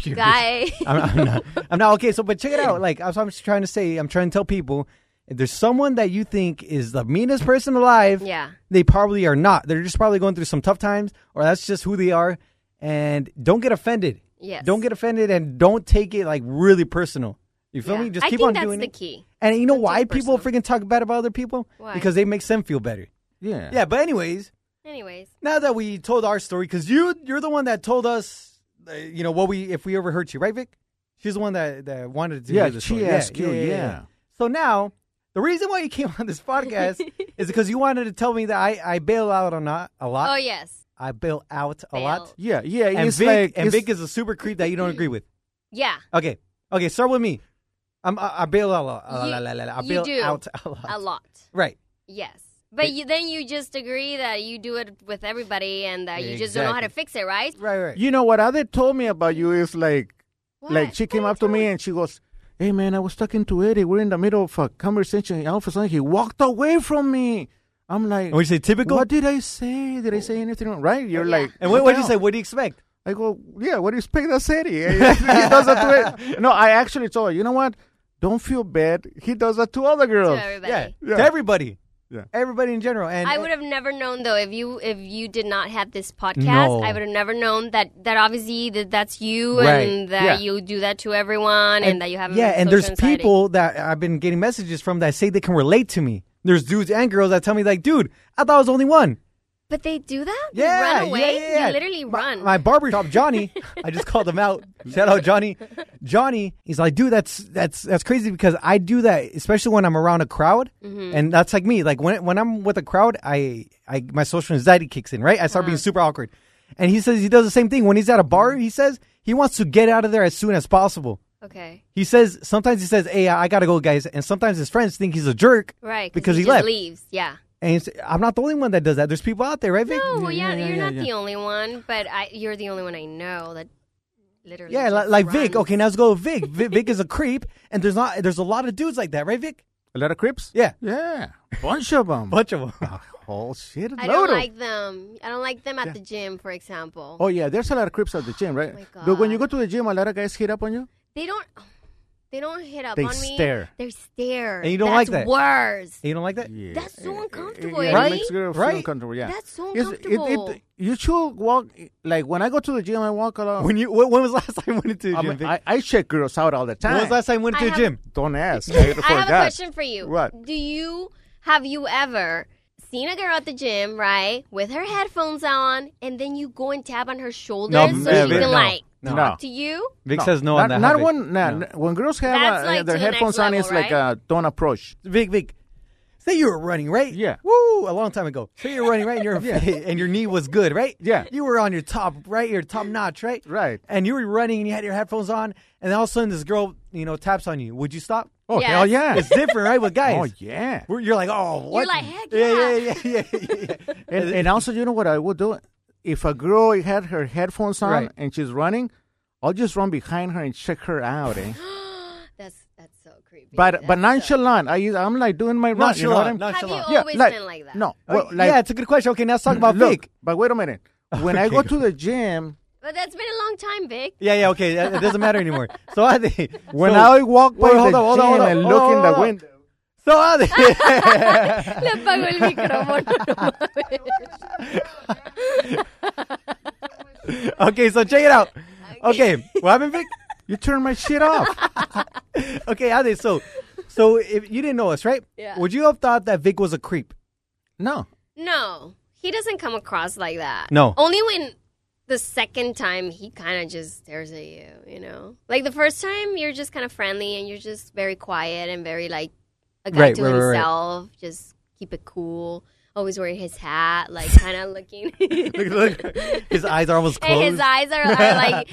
Speaker 3: guy.
Speaker 1: I'm, I'm not. I'm not okay. So, but check it out. Like that's what I'm just trying to say. I'm trying to tell people if there's someone that you think is the meanest person alive,
Speaker 3: Yeah.
Speaker 1: they probably are not. They're just probably going through some tough times, or that's just who they are. And don't get offended.
Speaker 3: Yes.
Speaker 1: Don't get offended, and don't take it like really personal. You feel
Speaker 3: Yeah.
Speaker 1: me? Just
Speaker 3: I
Speaker 1: keep
Speaker 3: think
Speaker 1: on
Speaker 3: that's
Speaker 1: doing
Speaker 3: the
Speaker 1: it.
Speaker 3: key.
Speaker 1: And you know
Speaker 3: Don't take
Speaker 1: why
Speaker 3: it
Speaker 1: people
Speaker 3: personal.
Speaker 1: freaking talk bad about other people?
Speaker 3: Why?
Speaker 1: Because they makes them feel better.
Speaker 2: Yeah.
Speaker 1: Yeah, but anyways,
Speaker 3: Anyways.
Speaker 1: now that we told our story, because you you're the one that told us, uh, you know, what we if we ever hurt you, right, Vic? She's the one that that wanted to
Speaker 2: Yeah,
Speaker 1: hear the
Speaker 2: she
Speaker 1: story.
Speaker 2: asked you, yeah.
Speaker 1: So now the reason why you came on this podcast is because you wanted to tell me that I I bail out on a, a lot.
Speaker 3: Oh yes.
Speaker 1: I bail out a lot.
Speaker 3: Bail.
Speaker 2: Yeah, yeah.
Speaker 1: And
Speaker 2: it's
Speaker 1: Vic
Speaker 2: like
Speaker 1: and
Speaker 2: it's-
Speaker 1: Vic is a super creep that you don't agree with.
Speaker 3: Yeah.
Speaker 1: Okay, okay, start with me. I'm I, I bail out a lot.
Speaker 3: You-
Speaker 1: Oh, la, la, la, la. I
Speaker 3: you
Speaker 1: bail
Speaker 3: do.
Speaker 1: out a lot.
Speaker 3: A lot.
Speaker 1: Right.
Speaker 3: Yes. But you, then you just agree that you do it with everybody and that you just don't know how to fix it, right?
Speaker 1: Right. Right.
Speaker 2: You know what Ade told me about you is like
Speaker 3: What?
Speaker 2: Like she came
Speaker 3: What
Speaker 2: up to
Speaker 3: are you
Speaker 2: me and she goes, "Hey man, I was talking to Eddie. We're in the middle of a conversation. And all of a sudden, he walked away from me. I'm like,
Speaker 1: And we say typical.
Speaker 2: What did I say? Did I say anything wrong? Right? You're
Speaker 3: Yeah.
Speaker 2: like,
Speaker 1: and what
Speaker 2: the
Speaker 1: what do you
Speaker 2: hell?
Speaker 1: say? What do you expect?
Speaker 2: I go, yeah. What do you expect us, Eddie? he does that to it. No, I actually told her, you know what? Don't feel bad. He does that to other
Speaker 3: doing
Speaker 2: girls.
Speaker 3: To everybody.
Speaker 1: Yeah,
Speaker 2: Yeah.
Speaker 1: to everybody.
Speaker 2: Yeah.
Speaker 1: Everybody in general. And
Speaker 3: I would have never known though if you if you did not have this
Speaker 1: No.
Speaker 3: podcast. I would have never known that that obviously that that's you
Speaker 1: Right.
Speaker 3: and that
Speaker 2: Yeah.
Speaker 3: you do that to everyone and, that you have
Speaker 1: yeah, and
Speaker 3: social
Speaker 1: there's
Speaker 3: anxiety.
Speaker 1: people that I've been getting messages from that say they can relate to me. There's dudes and girls that tell me like, dude, I thought I was the only one.
Speaker 3: But they do that. They
Speaker 1: Yeah,
Speaker 3: run away.
Speaker 1: yeah, yeah, yeah.
Speaker 3: You literally
Speaker 1: My-
Speaker 3: run.
Speaker 1: My barbershop Johnny, I just called him out. Shout out Johnny. Johnny, he's like, dude, that's that's that's crazy because I do that, especially when I'm around a crowd,
Speaker 3: Mm-hmm.
Speaker 1: and that's like me. Like when when I'm with a crowd, I I my social anxiety kicks in, right? I start
Speaker 3: Uh-huh.
Speaker 1: being super awkward. And he says he does the same thing when he's at a bar. He says he wants to get out of there as soon as possible.
Speaker 3: okay,
Speaker 1: He says sometimes he says, "Hey, I gotta go, guys," and sometimes his friends think he's a jerk,
Speaker 3: right?
Speaker 1: Because he
Speaker 3: just
Speaker 1: left.
Speaker 3: leaves. Yeah.
Speaker 1: And he's, I'm not the only one that does that. There's people out there, right, Vic?
Speaker 3: No, well, yeah, you're not
Speaker 1: yeah.
Speaker 3: the only one, but I, you're the only one I know that literally.
Speaker 1: Yeah, like,
Speaker 3: just
Speaker 1: like Vic.
Speaker 3: runs.
Speaker 1: Okay, now let's go with Vic. Vic. Vic is a creep, and there's not there's a lot of dudes like that, right, Vic?
Speaker 2: A lot of creeps?
Speaker 1: Yeah.
Speaker 2: Yeah. Bunch of them.
Speaker 1: Bunch of them.
Speaker 2: whole shit
Speaker 3: I
Speaker 2: load
Speaker 3: don't
Speaker 2: 'em.
Speaker 3: like them. I don't like them at the gym, for example.
Speaker 2: Oh yeah, there's a lot of creeps at the gym, right?
Speaker 3: Oh my
Speaker 2: But when you go
Speaker 3: God.
Speaker 2: to the gym, a lot of guys hit up on you.
Speaker 3: They don't. They don't hit up
Speaker 2: They
Speaker 3: on
Speaker 2: stare.
Speaker 3: me. They stare.
Speaker 1: And you don't
Speaker 3: That's
Speaker 1: like that.
Speaker 3: Worse.
Speaker 1: You don't like that?
Speaker 2: Yeah.
Speaker 3: That's so
Speaker 2: Eh, eh,
Speaker 3: uncomfortable,
Speaker 2: yeah,
Speaker 3: Eddie.
Speaker 2: It makes girls
Speaker 1: Right?
Speaker 2: feel uncomfortable. Yeah.
Speaker 3: That's so
Speaker 2: It's- it- it-
Speaker 3: uncomfortable.
Speaker 2: you should walk like when I go to the gym, I walk along.
Speaker 1: When you when when was the last time you went into a
Speaker 2: I,
Speaker 1: gym?
Speaker 2: mean,
Speaker 1: Vic?
Speaker 2: I, I check girls out all the time.
Speaker 1: when was the last time you went
Speaker 3: I
Speaker 1: to a
Speaker 3: have-
Speaker 1: gym?
Speaker 2: Don't ask. I,
Speaker 3: I have a
Speaker 2: forgot.
Speaker 3: question for you.
Speaker 2: What?
Speaker 3: Do you have you ever seen a girl at the gym, right, with her headphones on, and then you go and tap on her shoulders so
Speaker 2: never.
Speaker 3: she can
Speaker 2: No,
Speaker 3: like
Speaker 2: no.
Speaker 3: talk to you?
Speaker 1: Vic says no
Speaker 2: not,
Speaker 1: on that.
Speaker 2: Not
Speaker 1: huh, Vic?
Speaker 2: when nah, n- when girls have
Speaker 3: That's
Speaker 2: uh,
Speaker 3: like
Speaker 2: uh,
Speaker 3: to
Speaker 2: their
Speaker 3: the next
Speaker 2: headphones on.
Speaker 3: level,
Speaker 2: It's like
Speaker 3: right?
Speaker 2: uh, don't approach.
Speaker 1: Vic, Vic. Say you were running, right?
Speaker 2: Yeah.
Speaker 1: Woo! A long time ago. Say you were running, right? And, your and your knee was good, right?
Speaker 2: Yeah.
Speaker 1: You were on your top, right? Your top notch, right?
Speaker 2: Right.
Speaker 1: And you were running and you had your headphones on, and all of a sudden this girl, you know, taps on you. Would you stop?
Speaker 2: Oh
Speaker 3: Yes.
Speaker 2: hell yeah!
Speaker 1: It's different, right? With guys.
Speaker 2: oh yeah.
Speaker 1: Where you're like, oh, what?
Speaker 3: like, heck
Speaker 1: yeah, yeah, yeah, yeah, yeah.
Speaker 2: And, and also, you know what I would do? If a girl had her headphones on
Speaker 1: Right.
Speaker 2: and she's running, I'll just run behind her and check her out. Eh?
Speaker 3: That's that's so creepy.
Speaker 2: But but
Speaker 3: That's so-
Speaker 2: nonchalant, I use, I'm like doing my run. You know what I'm-
Speaker 1: Nonchalant, nonchalant.
Speaker 3: Have you always been like that?
Speaker 2: No,
Speaker 1: Oh,
Speaker 2: well, like,
Speaker 1: yeah, it's a good question. Okay, now let's talk about
Speaker 2: look,
Speaker 1: Vic.
Speaker 2: But wait a minute. When I
Speaker 1: Okay,
Speaker 2: go
Speaker 1: go.
Speaker 2: to the gym,
Speaker 3: But that's been a long time, Vic.
Speaker 1: Yeah, yeah, okay. That, it doesn't matter anymore. So, Adi,
Speaker 2: when
Speaker 1: so,
Speaker 2: I walk by
Speaker 1: Wait, hold
Speaker 2: the
Speaker 1: on, hold on,
Speaker 2: gym
Speaker 1: hold on,
Speaker 2: and
Speaker 1: hold
Speaker 2: look
Speaker 1: on,
Speaker 2: in
Speaker 1: hold
Speaker 2: the
Speaker 1: on.
Speaker 2: window,
Speaker 1: so Adi,
Speaker 3: Le apagó el micrófono.
Speaker 1: okay, so check it out. Okay, what happened, Vic?
Speaker 2: you turn my shit off.
Speaker 1: Okay, Adi, so, so if you didn't know us, right?
Speaker 3: Yeah.
Speaker 1: Would you have thought that Vic was a creep?
Speaker 2: no,
Speaker 3: no, he doesn't come across like that.
Speaker 1: No.
Speaker 3: Only when the second time he kind of just stares at you, you know? Like the first time, you're just kind of friendly and you're just very quiet and very like a guy
Speaker 1: Right,
Speaker 3: to
Speaker 1: right, right, right.
Speaker 3: himself. Just keep it cool. Always wearing his hat, like kind of looking.
Speaker 1: Look, look, his eyes are almost closed.
Speaker 3: And his eyes are, are like,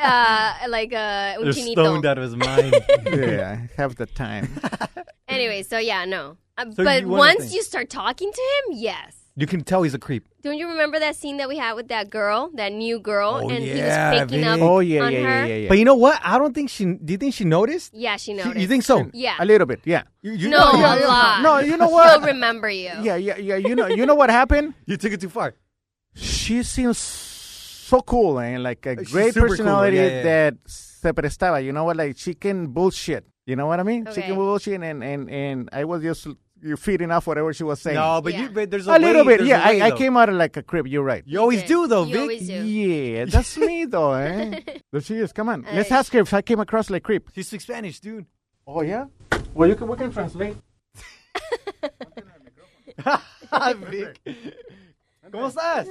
Speaker 3: uh, like uh, un
Speaker 1: They're
Speaker 3: chinito.
Speaker 1: stoned out of his mind.
Speaker 2: yeah, I have the time.
Speaker 3: Anyway, so yeah, no. Uh,
Speaker 1: So
Speaker 3: but
Speaker 1: you wanna
Speaker 3: once
Speaker 1: think-
Speaker 3: you start talking to him, yes.
Speaker 1: you can tell he's a creep.
Speaker 3: Don't you remember that scene that we had with that girl, that new girl,
Speaker 1: Oh,
Speaker 3: and
Speaker 1: yeah,
Speaker 3: he was picking up
Speaker 1: Vic.
Speaker 2: Oh yeah,
Speaker 3: on
Speaker 2: yeah,
Speaker 3: her?
Speaker 2: yeah, yeah, yeah.
Speaker 1: But you know what? I don't think she. Do you think she noticed?
Speaker 3: Yeah, she
Speaker 1: You-
Speaker 3: noticed.
Speaker 1: You think so?
Speaker 3: Yeah.
Speaker 2: a little bit, yeah.
Speaker 1: You, you,
Speaker 3: No,
Speaker 2: yeah,
Speaker 3: a
Speaker 2: yeah.
Speaker 3: lot.
Speaker 2: No, you know
Speaker 3: She'll
Speaker 2: what?
Speaker 3: remember you.
Speaker 2: Yeah, yeah, yeah. You know, you know what happened?
Speaker 1: you took it too far.
Speaker 2: She seems so cool and like a
Speaker 1: She's
Speaker 2: great
Speaker 1: super cool,
Speaker 2: personality
Speaker 1: yeah, yeah.
Speaker 2: that se prestaba. You know what? Like she can bullshit. You know what I mean? She
Speaker 3: Okay.
Speaker 2: can bullshit, and and and I was just you feeding off whatever she was saying.
Speaker 1: No, but you
Speaker 3: Yeah.
Speaker 1: but there's a,
Speaker 2: a little
Speaker 1: way-
Speaker 2: bit.
Speaker 1: there's
Speaker 2: Yeah,
Speaker 1: a way,
Speaker 2: I, I
Speaker 1: though.
Speaker 2: came out of like a crib. You're right.
Speaker 1: You always
Speaker 3: Okay.
Speaker 1: do though,
Speaker 3: You
Speaker 1: Vic.
Speaker 3: always do.
Speaker 2: Yeah, that's me though. Eh? there she is. Come on, let's
Speaker 3: Ay.
Speaker 2: ask her if I came across like creep.
Speaker 1: She speaks Spanish, dude.
Speaker 2: Oh yeah. Well, you can we can translate.
Speaker 1: Hi, Ah, Vic. ¿Cómo estás?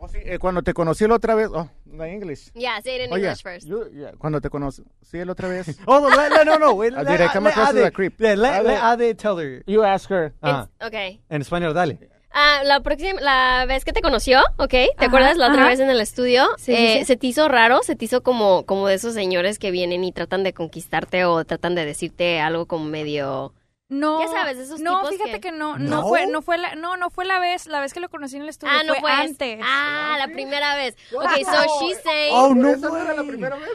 Speaker 2: Oh, sí, eh, cuando te conocí la otra vez, oh, in English.
Speaker 3: Yeah, say it in
Speaker 2: Oh, yeah.
Speaker 3: English first.
Speaker 2: You- yeah, Cuando te conocí la otra vez,
Speaker 1: Oh, no, let, let, no, no. Wait,
Speaker 2: Uh,
Speaker 1: let,
Speaker 2: did I come
Speaker 1: let
Speaker 2: across as
Speaker 1: Ade-
Speaker 2: a creep?
Speaker 1: Yeah, let, let
Speaker 2: Ade-
Speaker 1: Ade tell her.
Speaker 2: you ask her.
Speaker 1: Ah,
Speaker 3: It's- okay.
Speaker 1: en español, dale.
Speaker 3: Ah, la próxima, la vez que te conoció, ¿ok? ¿Te acuerdas la otra
Speaker 4: ajá.
Speaker 3: vez en el estudio?
Speaker 4: Sí, sí,
Speaker 3: Eh,
Speaker 4: sí.
Speaker 3: Se te hizo raro, se te hizo como, como de esos señores que vienen y tratan de conquistarte o tratan de decirte algo como medio...
Speaker 4: No.
Speaker 3: Ya sabes, de esos
Speaker 4: No,
Speaker 3: tipos
Speaker 4: fíjate
Speaker 3: que-
Speaker 4: que, no,
Speaker 1: ¿No?
Speaker 4: no fue, no fue la, no, no fue la vez, la vez que lo conocí en el estudio.
Speaker 3: Ah, no fue es-
Speaker 4: antes.
Speaker 3: Ah, la primera vez. Okay, so she's saying
Speaker 1: Oh, no
Speaker 2: ¿Esa no era
Speaker 1: way.
Speaker 2: la
Speaker 1: Ah,
Speaker 2: primera vez?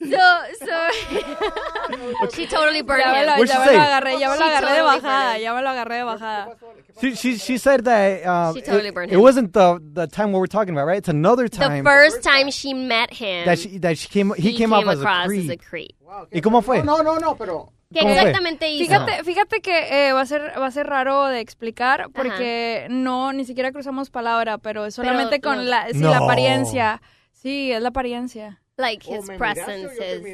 Speaker 3: so so She totally burned
Speaker 4: Ya me
Speaker 3: him.
Speaker 4: lo,
Speaker 1: What'd
Speaker 4: ya
Speaker 1: she
Speaker 4: me lo
Speaker 1: say?
Speaker 4: agarré, ya me lo
Speaker 3: She
Speaker 4: agarré de
Speaker 3: totally
Speaker 4: bajada,
Speaker 3: burned it.
Speaker 4: ya me lo agarré de bajada.
Speaker 1: She she she said that uh,
Speaker 3: She totally
Speaker 1: it,
Speaker 3: burned
Speaker 1: it
Speaker 3: him.
Speaker 1: wasn't the the time what we're talking about, right? It's another
Speaker 3: The
Speaker 1: time
Speaker 3: first time she met him,
Speaker 1: that she that she came he,
Speaker 3: he
Speaker 1: came, off as a
Speaker 3: across as a
Speaker 1: creep.
Speaker 3: creep.
Speaker 1: ¿Y cómo fue?
Speaker 2: No, no, no, pero.
Speaker 3: ¿Qué
Speaker 1: ¿Cómo fue?
Speaker 3: exactamente hizo?
Speaker 4: Fíjate, fíjate que eh, va a ser va a ser raro de explicar porque no ni siquiera cruzamos palabra, pero solamente con
Speaker 3: no.
Speaker 4: la sí,
Speaker 1: No.
Speaker 4: la apariencia. Sí, es la apariencia.
Speaker 3: Like
Speaker 2: Oh,
Speaker 3: his presence is.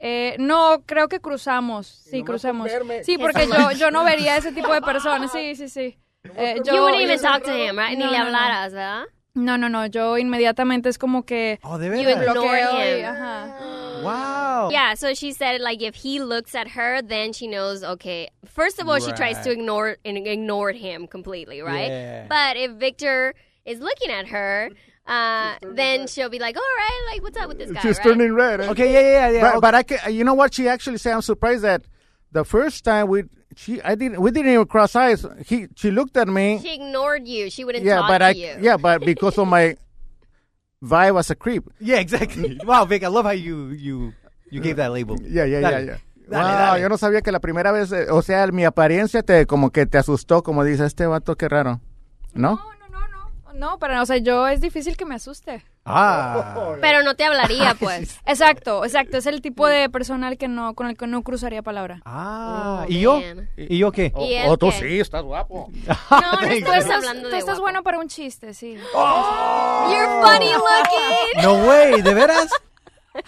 Speaker 4: Eh, no, creo que cruzamos. Sí,
Speaker 2: nomás con
Speaker 4: cruzamos.
Speaker 2: verme.
Speaker 4: Sí, porque yo, yo no vería ese tipo de personas. Sí, sí, sí. Eh, yo-
Speaker 3: You wouldn't even
Speaker 4: yo-
Speaker 3: talk to him, right? Ni
Speaker 4: No,
Speaker 3: le
Speaker 4: no, no.
Speaker 3: hablaras, ¿verdad?
Speaker 4: No, no, no. Yo inmediatamente es como que
Speaker 1: Oh, de
Speaker 3: You
Speaker 1: veras.
Speaker 3: ignored
Speaker 4: bloqueo y-
Speaker 3: him.
Speaker 4: ajá.
Speaker 1: Wow.
Speaker 3: Yeah, so she said like if he looks at her, then she knows. Okay, first of all, she tries to
Speaker 1: Right.
Speaker 3: ignore and ignored him completely, right?
Speaker 1: Yeah.
Speaker 3: But if Victor is looking at her, uh, then she'll be like, "All right, like what's up with this guy?"
Speaker 2: She's
Speaker 3: right?
Speaker 2: turning red. eh?
Speaker 1: Okay, yeah, yeah, yeah.
Speaker 2: But,
Speaker 1: okay.
Speaker 2: but I can, you know what she actually said? I'm surprised that the first time we she I didn't we didn't even cross eyes. He she looked at me.
Speaker 3: She ignored you. She wouldn't
Speaker 2: yeah,
Speaker 3: talk
Speaker 2: but
Speaker 3: to
Speaker 2: I
Speaker 3: you.
Speaker 2: yeah, but because of my vibe was a creep.
Speaker 1: yeah, exactly. wow, Vic, I love how you you you gave that label.
Speaker 2: Yeah, yeah,
Speaker 1: Dale.
Speaker 2: yeah, yeah.
Speaker 1: Dale,
Speaker 2: wow,
Speaker 1: dale.
Speaker 2: yo no sabía que la primera vez, eh, o sea, mi apariencia te como que te asustó, como dice este vato, qué raro. ¿No?
Speaker 4: No, no, no, no. No, para, o sea, yo es difícil que me asuste.
Speaker 1: Ah.
Speaker 3: Pero no te hablaría, pues.
Speaker 4: Exacto, exacto. Es el tipo de personal que no, con el que no cruzaría palabra.
Speaker 1: Ah.
Speaker 3: Oh,
Speaker 1: ¿Y yo?
Speaker 3: man.
Speaker 1: ¿Y yo qué? Ah,
Speaker 3: Y él
Speaker 2: O tú
Speaker 3: que-
Speaker 2: sí, estás guapo.
Speaker 3: No, no estás
Speaker 4: Tú-
Speaker 3: hablando
Speaker 4: tú
Speaker 3: de
Speaker 4: estás
Speaker 3: guapo.
Speaker 4: bueno para un chiste, sí.
Speaker 1: Oh.
Speaker 3: You're funny looking.
Speaker 1: No way, de veras?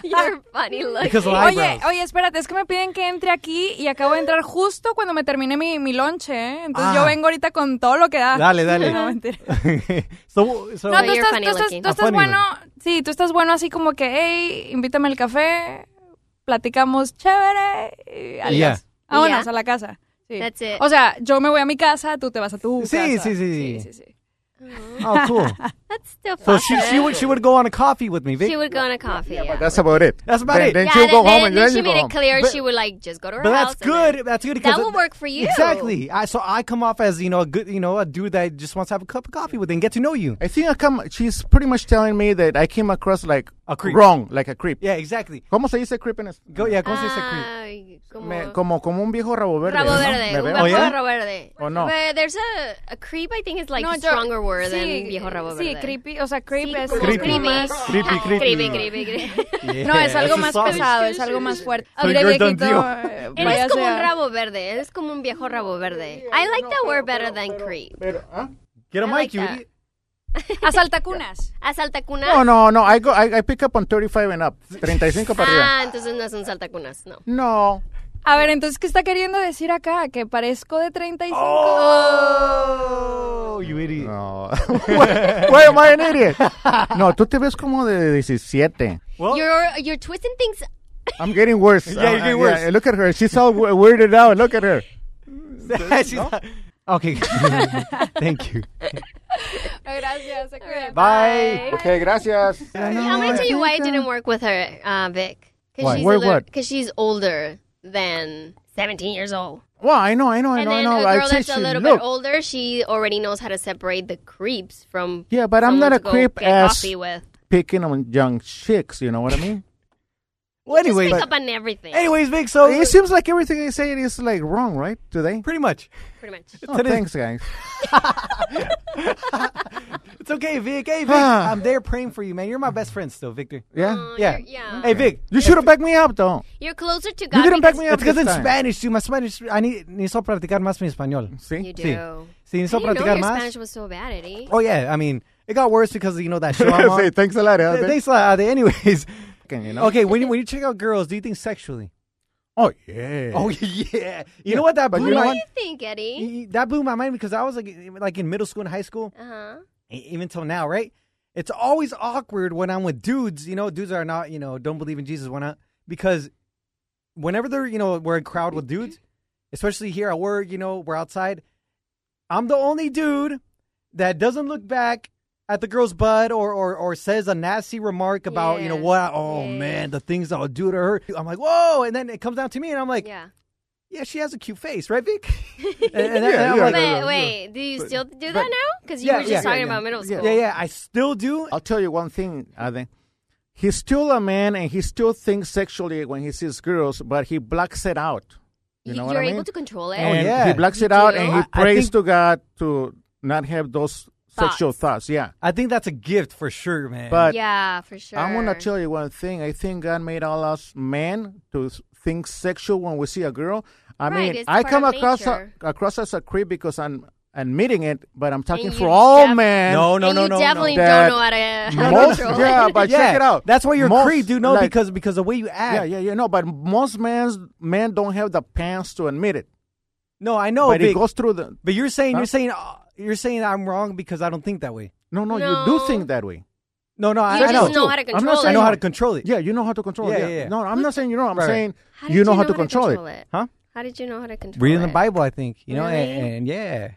Speaker 3: You're funny looking.
Speaker 1: Because of
Speaker 4: Oye,
Speaker 1: eyebrows.
Speaker 4: oye, espérate, es que me piden que entre aquí y acabo de entrar justo cuando me terminé mi, mi lonche, ¿eh? Entonces
Speaker 1: Ah.
Speaker 4: yo vengo ahorita con todo lo que da.
Speaker 1: Dale, dale.
Speaker 4: No, mentira.
Speaker 1: so, so,
Speaker 3: So
Speaker 4: No, tú
Speaker 3: you're
Speaker 4: estás,
Speaker 3: funny
Speaker 4: tú estás-
Speaker 3: looking.
Speaker 4: tú
Speaker 1: I'm
Speaker 4: estás
Speaker 1: funny
Speaker 4: bueno, sí, tú estás bueno así como que, hey, invítame al café, platicamos chévere, y adiós. Ah,
Speaker 1: Yeah.
Speaker 4: Vámonos
Speaker 3: Yeah.
Speaker 4: a la casa. Sí.
Speaker 3: That's it.
Speaker 4: O sea, yo me voy a mi casa, tú te vas a tu
Speaker 1: Sí,
Speaker 4: casa.
Speaker 1: sí, sí, sí.
Speaker 4: sí.
Speaker 1: oh, cool.
Speaker 3: That's still
Speaker 1: So
Speaker 3: fun.
Speaker 1: she, she would she would go on a coffee with me, Vic.
Speaker 3: She would go on a coffee. Yeah,
Speaker 2: That's about it.
Speaker 1: That's about
Speaker 2: then,
Speaker 1: it.
Speaker 2: Then
Speaker 3: Yeah,
Speaker 2: she'll
Speaker 3: then,
Speaker 2: go home
Speaker 3: then
Speaker 2: and then
Speaker 3: she
Speaker 2: you go
Speaker 3: made
Speaker 2: home.
Speaker 3: it clear
Speaker 1: But-
Speaker 3: she would like just go to her
Speaker 1: but that's
Speaker 3: house. and then-
Speaker 1: good. That's good because
Speaker 3: That will
Speaker 1: it-
Speaker 3: work for you.
Speaker 1: Exactly. I so I come off as you know a good you know a dude that just wants to have a cup of coffee with and get to know you.
Speaker 2: I think I come. She's pretty much telling me that I came across like
Speaker 1: A creep.
Speaker 2: wrong, like a creep.
Speaker 1: Yeah, exactly.
Speaker 2: ¿Cómo se dice creep en Pues es-
Speaker 1: Go yeah, ¿cómo se dice creep?
Speaker 3: Ay, Ah, como-
Speaker 2: Me- como como un viejo rabo verde.
Speaker 3: Rabo
Speaker 2: ¿no?
Speaker 3: verde,
Speaker 2: Me
Speaker 3: un
Speaker 2: veo.
Speaker 3: viejo
Speaker 1: Oh, yeah?
Speaker 3: rabo verde.
Speaker 2: ¿O no?
Speaker 3: But there's a, a creep, I think is like
Speaker 4: No,
Speaker 3: a
Speaker 4: yo-
Speaker 3: stronger word than
Speaker 4: sí,
Speaker 3: viejo rabo
Speaker 4: Sí,
Speaker 3: verde.
Speaker 4: creepy, o sea, creep
Speaker 3: Sí,
Speaker 4: es
Speaker 3: como
Speaker 4: creepy.
Speaker 3: creepy.
Speaker 4: más...
Speaker 1: Creepy, creepy.
Speaker 3: Creepy,
Speaker 2: Mm.
Speaker 3: creepy, creepy.
Speaker 4: No, es
Speaker 1: Yeah,
Speaker 4: algo
Speaker 1: that's
Speaker 4: más
Speaker 1: sausage.
Speaker 4: pesado, es algo más fuerte.
Speaker 1: So
Speaker 4: Mira,
Speaker 1: you're done
Speaker 4: viejito,
Speaker 1: deal.
Speaker 4: eh,
Speaker 3: Eres como un
Speaker 4: váyase a-
Speaker 3: rabo verde. Eres como un viejo rabo verde. I like that word better than creep.
Speaker 2: Pero, ¿ah?
Speaker 1: Get a
Speaker 3: I
Speaker 1: mic,
Speaker 3: like
Speaker 1: you
Speaker 3: that.
Speaker 1: idiot.
Speaker 4: A saltacunas.
Speaker 3: ¿A saltacunas?
Speaker 2: No, no, no. I go. I, I pick up on 35 and up. 35 para arriba.
Speaker 3: Ah, entonces no es un saltacunas, no.
Speaker 2: No.
Speaker 4: A ver, entonces, ¿qué está queriendo decir acá? Que parezco de 35.
Speaker 1: Oh, you idiot.
Speaker 2: No. Why am I an idiot? No, tú te ves como de 17.
Speaker 1: Well-
Speaker 3: You're, you're twisting things.
Speaker 2: I'm getting worse.
Speaker 1: Yeah, you're
Speaker 2: Uh,
Speaker 1: getting
Speaker 2: uh, yeah,
Speaker 1: worse.
Speaker 2: look at her. She's all w- weirded out. Look at her.
Speaker 1: She's not- okay. Thank you.
Speaker 4: Gracias, se cuidan.
Speaker 1: Bye.
Speaker 2: Okay, gracias.
Speaker 3: I'm going to tell you why I didn't work with her, uh, Vic.
Speaker 2: Why? Why what?
Speaker 3: Because she's older than 17 years old.
Speaker 2: Well, I know, I know, I
Speaker 3: And
Speaker 2: know, Oh, I
Speaker 3: then
Speaker 2: know.
Speaker 3: a girl
Speaker 2: I'd say
Speaker 3: that's a
Speaker 2: she
Speaker 3: little
Speaker 2: looked-
Speaker 3: bit older, she already knows how to separate the creeps from.
Speaker 2: Yeah, but I'm
Speaker 3: someone
Speaker 2: not a
Speaker 3: to go
Speaker 2: creep
Speaker 3: get
Speaker 2: ass
Speaker 3: coffee with.
Speaker 2: picking on young chicks. You know what I mean?
Speaker 1: Well, anyway,
Speaker 3: Pick up on everything,
Speaker 1: anyways, Vic.
Speaker 3: Oh,
Speaker 1: So
Speaker 2: it seems like everything I say is like wrong, right? Today.
Speaker 1: pretty much.
Speaker 3: pretty much.
Speaker 2: Oh,
Speaker 1: Today-
Speaker 2: thanks, guys.
Speaker 1: It's okay, Vic. Hey, Vic,
Speaker 2: Ah.
Speaker 1: I'm there praying for you, man. You're my best friend still, Victor.
Speaker 2: Yeah.
Speaker 3: Oh,
Speaker 1: Yeah.
Speaker 3: You're, yeah.
Speaker 1: Hey, Vic.
Speaker 2: You should have backed me up, though.
Speaker 3: You're closer to God.
Speaker 2: You didn't back
Speaker 3: because
Speaker 2: me up.
Speaker 1: It's because in
Speaker 2: this time.
Speaker 1: Spanish, too. My Spanish, I need, necesito practicar más mi español.
Speaker 3: You
Speaker 2: See?
Speaker 3: do.
Speaker 1: Sí. Sí,
Speaker 3: I
Speaker 1: necesito
Speaker 3: didn't know your
Speaker 1: practicar
Speaker 3: Spanish
Speaker 1: más.
Speaker 3: was so bad, Eddie.
Speaker 1: Oh, yeah. I mean, it got worse because, you know, that show I'm on.
Speaker 2: Say, thanks a lot. eh?
Speaker 1: Th- Thanks a lot. Ade. Anyways.
Speaker 2: You know?
Speaker 1: Okay, when you, when you check out girls, do you think sexually?
Speaker 2: Oh yeah.
Speaker 1: Oh, yeah. You know what? That
Speaker 2: But
Speaker 1: blew
Speaker 2: you know
Speaker 1: my
Speaker 3: What do
Speaker 2: what?
Speaker 3: you think, Eddie?
Speaker 1: y- that blew my mind because I was like, in- like in middle school and high school,
Speaker 3: Uh huh.
Speaker 1: e- even till now, right? It's always awkward when I'm with dudes. You know, dudes are not, you know, don't believe in Jesus, why not? Because whenever they're, you know, we're in crowd with dudes, especially here at work, you know, we're outside. I'm the only dude that doesn't look back at the girl's butt or or, or says a nasty remark about, you know,
Speaker 3: Yeah.
Speaker 1: what? I- oh
Speaker 3: Yeah.
Speaker 1: man, the things I'll do to her. I'm like, whoa, and then it comes down to me, and I'm like, yeah,
Speaker 3: Yeah.
Speaker 1: she has a cute face, right, Vic? and, and then- and I'm
Speaker 2: Yeah, yeah,
Speaker 1: like,
Speaker 2: no, no,
Speaker 3: But
Speaker 2: no.
Speaker 3: wait, do you still do that
Speaker 2: but-
Speaker 3: now? Because you
Speaker 1: Yeah,
Speaker 3: were just
Speaker 1: yeah,
Speaker 3: talking
Speaker 2: yeah,
Speaker 3: about
Speaker 2: yeah.
Speaker 3: middle
Speaker 2: Yeah.
Speaker 3: school.
Speaker 1: yeah, yeah, I still do,
Speaker 2: I'll tell you one thing, Ade. he's still a man and he still thinks sexually when he sees girls, but he blocks it out. You know
Speaker 3: are
Speaker 2: what I mean?
Speaker 3: able to control it.
Speaker 2: and
Speaker 1: yeah.
Speaker 2: he blocks
Speaker 3: You
Speaker 2: it out
Speaker 3: do.
Speaker 2: and
Speaker 3: I-
Speaker 2: he
Speaker 3: I
Speaker 2: prays
Speaker 1: think-
Speaker 2: to God to not have those sexual thoughts. Yeah.
Speaker 1: I think that's a gift for sure, man.
Speaker 2: But
Speaker 3: yeah, for sure.
Speaker 2: I'm gonna tell you one thing. I think God made all us men to s- think sexual when we see a girl. I
Speaker 3: Right,
Speaker 2: mean,
Speaker 3: it's
Speaker 2: I
Speaker 3: part
Speaker 2: come
Speaker 3: of
Speaker 2: across a,
Speaker 3: nature.
Speaker 2: across as a creep because I'm admitting it, but I'm talking
Speaker 3: And
Speaker 2: for
Speaker 3: you
Speaker 2: all
Speaker 3: def-
Speaker 2: men.
Speaker 1: no, no,
Speaker 3: and
Speaker 1: no,
Speaker 3: you
Speaker 1: no,
Speaker 3: definitely
Speaker 1: no.
Speaker 2: That
Speaker 3: don't know how to, how to
Speaker 2: most,
Speaker 3: control
Speaker 2: yeah,
Speaker 3: it.
Speaker 2: but check it out.
Speaker 1: That's why you're
Speaker 2: Most,
Speaker 1: creep, dude. No,
Speaker 2: like-
Speaker 1: because because the way you act.
Speaker 2: yeah, yeah, yeah. No, but most men's men don't have the pants to admit it.
Speaker 1: No, I know,
Speaker 2: but
Speaker 1: Vic,
Speaker 2: it goes through the.
Speaker 1: but you're saying
Speaker 2: Huh?
Speaker 1: you're saying uh, you're saying I'm wrong because I don't think that way.
Speaker 2: No, no, you do
Speaker 3: No.
Speaker 2: think that way.
Speaker 1: No, no, I,
Speaker 3: You
Speaker 1: I
Speaker 3: just
Speaker 1: know.
Speaker 3: know how to
Speaker 2: I'm not
Speaker 3: control
Speaker 2: saying
Speaker 3: it.
Speaker 1: I know how to control it.
Speaker 2: Yeah, you know how to control. it.
Speaker 1: Yeah, yeah, yeah.
Speaker 2: No, I'm not saying you know. I'm
Speaker 1: Right, right.
Speaker 2: saying
Speaker 3: How did
Speaker 2: you know how to control it.
Speaker 1: Huh?
Speaker 3: How did you know how to control
Speaker 1: Reading the
Speaker 3: it?
Speaker 1: Bible, I think you know, and,
Speaker 3: Really?
Speaker 1: and yeah,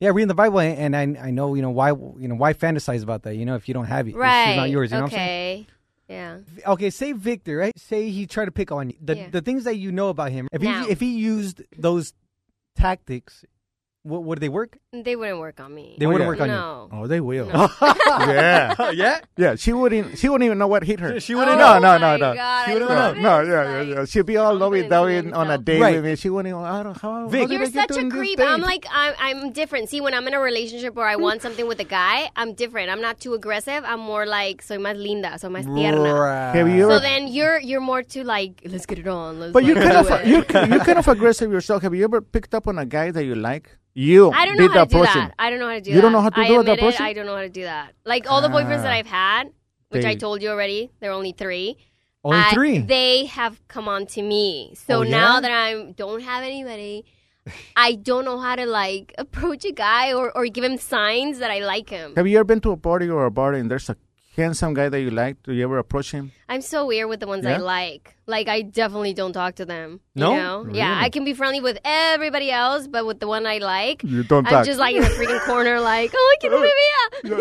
Speaker 1: yeah, reading the Bible, and, and I I know you know why you know why fantasize about that. You know, if you don't have it,
Speaker 3: Right.
Speaker 1: it's not yours. You know what I'm saying?
Speaker 3: okay. Yeah.
Speaker 1: okay, say Victor, right? Say he tried to pick on you. The,
Speaker 3: Yeah.
Speaker 1: the things that you know about him. If
Speaker 3: Now.
Speaker 1: he if he used those tactics, what would they work?
Speaker 3: They wouldn't work on me.
Speaker 1: They
Speaker 2: Oh,
Speaker 1: wouldn't
Speaker 2: yeah.
Speaker 1: work on you.
Speaker 3: no.
Speaker 2: Oh, they will.
Speaker 3: No.
Speaker 2: yeah.
Speaker 5: yeah,
Speaker 2: Yeah, she wouldn't. She wouldn't even know what hit her.
Speaker 5: she
Speaker 3: wouldn't
Speaker 2: No,
Speaker 3: know.
Speaker 2: no,
Speaker 3: Oh
Speaker 2: no,
Speaker 3: my
Speaker 2: no.
Speaker 3: God,
Speaker 2: she
Speaker 3: I
Speaker 2: wouldn't know.
Speaker 3: love
Speaker 2: No,
Speaker 3: it.
Speaker 2: yeah,
Speaker 3: Like,
Speaker 2: yeah, yeah. She'd be all lovey
Speaker 3: confidence
Speaker 2: dowey
Speaker 3: in
Speaker 2: on a
Speaker 3: himself.
Speaker 2: date
Speaker 1: Right.
Speaker 2: with me. She wouldn't. Even, I don't. How,
Speaker 1: Vic.
Speaker 2: how did
Speaker 3: You're
Speaker 2: I get
Speaker 3: such
Speaker 2: to
Speaker 3: a
Speaker 2: this
Speaker 3: creep.
Speaker 2: date?
Speaker 3: I'm like I'm I'm different. See, when I'm in a relationship or I want something with a guy, I'm different. I'm not too aggressive. I'm more like soy más linda, soy más tierna.
Speaker 2: Have you
Speaker 3: So
Speaker 2: ever?
Speaker 3: then you're you're more too like let's get it on. Let's
Speaker 2: but you're
Speaker 3: like,
Speaker 2: kind
Speaker 3: do
Speaker 2: of
Speaker 3: it.
Speaker 2: you're, you're kind of aggressive yourself. Have you ever picked up on a guy that you like? You
Speaker 3: I don't know
Speaker 2: did
Speaker 3: how
Speaker 2: that
Speaker 3: to do
Speaker 2: person.
Speaker 3: that. I don't know how to do
Speaker 2: You
Speaker 3: that.
Speaker 2: don't know how to
Speaker 3: I
Speaker 2: do that Ah.
Speaker 3: admit it,
Speaker 2: portion?
Speaker 3: I don't know how to do that. Like all the boyfriends that I've had, which I
Speaker 2: They-
Speaker 3: told you already, there are only three.
Speaker 1: Only
Speaker 3: I-
Speaker 1: three.
Speaker 3: They have come on to me. So
Speaker 1: Oh, yeah?
Speaker 3: now that I don't have anybody, I don't know how to like approach a guy or, or give him signs that I like him.
Speaker 2: Have you ever been to a party or a bar and there's a handsome guy that you like? Do you ever approach him?
Speaker 3: I'm so weird with the ones
Speaker 2: Yeah?
Speaker 3: I like. Like I definitely don't talk to them.
Speaker 1: No?
Speaker 3: You know? Yeah, I can be friendly with everybody else, but with the one I like,
Speaker 2: You don't
Speaker 3: I'm
Speaker 2: talk.
Speaker 3: just like in the freaking corner, like, oh, get over here.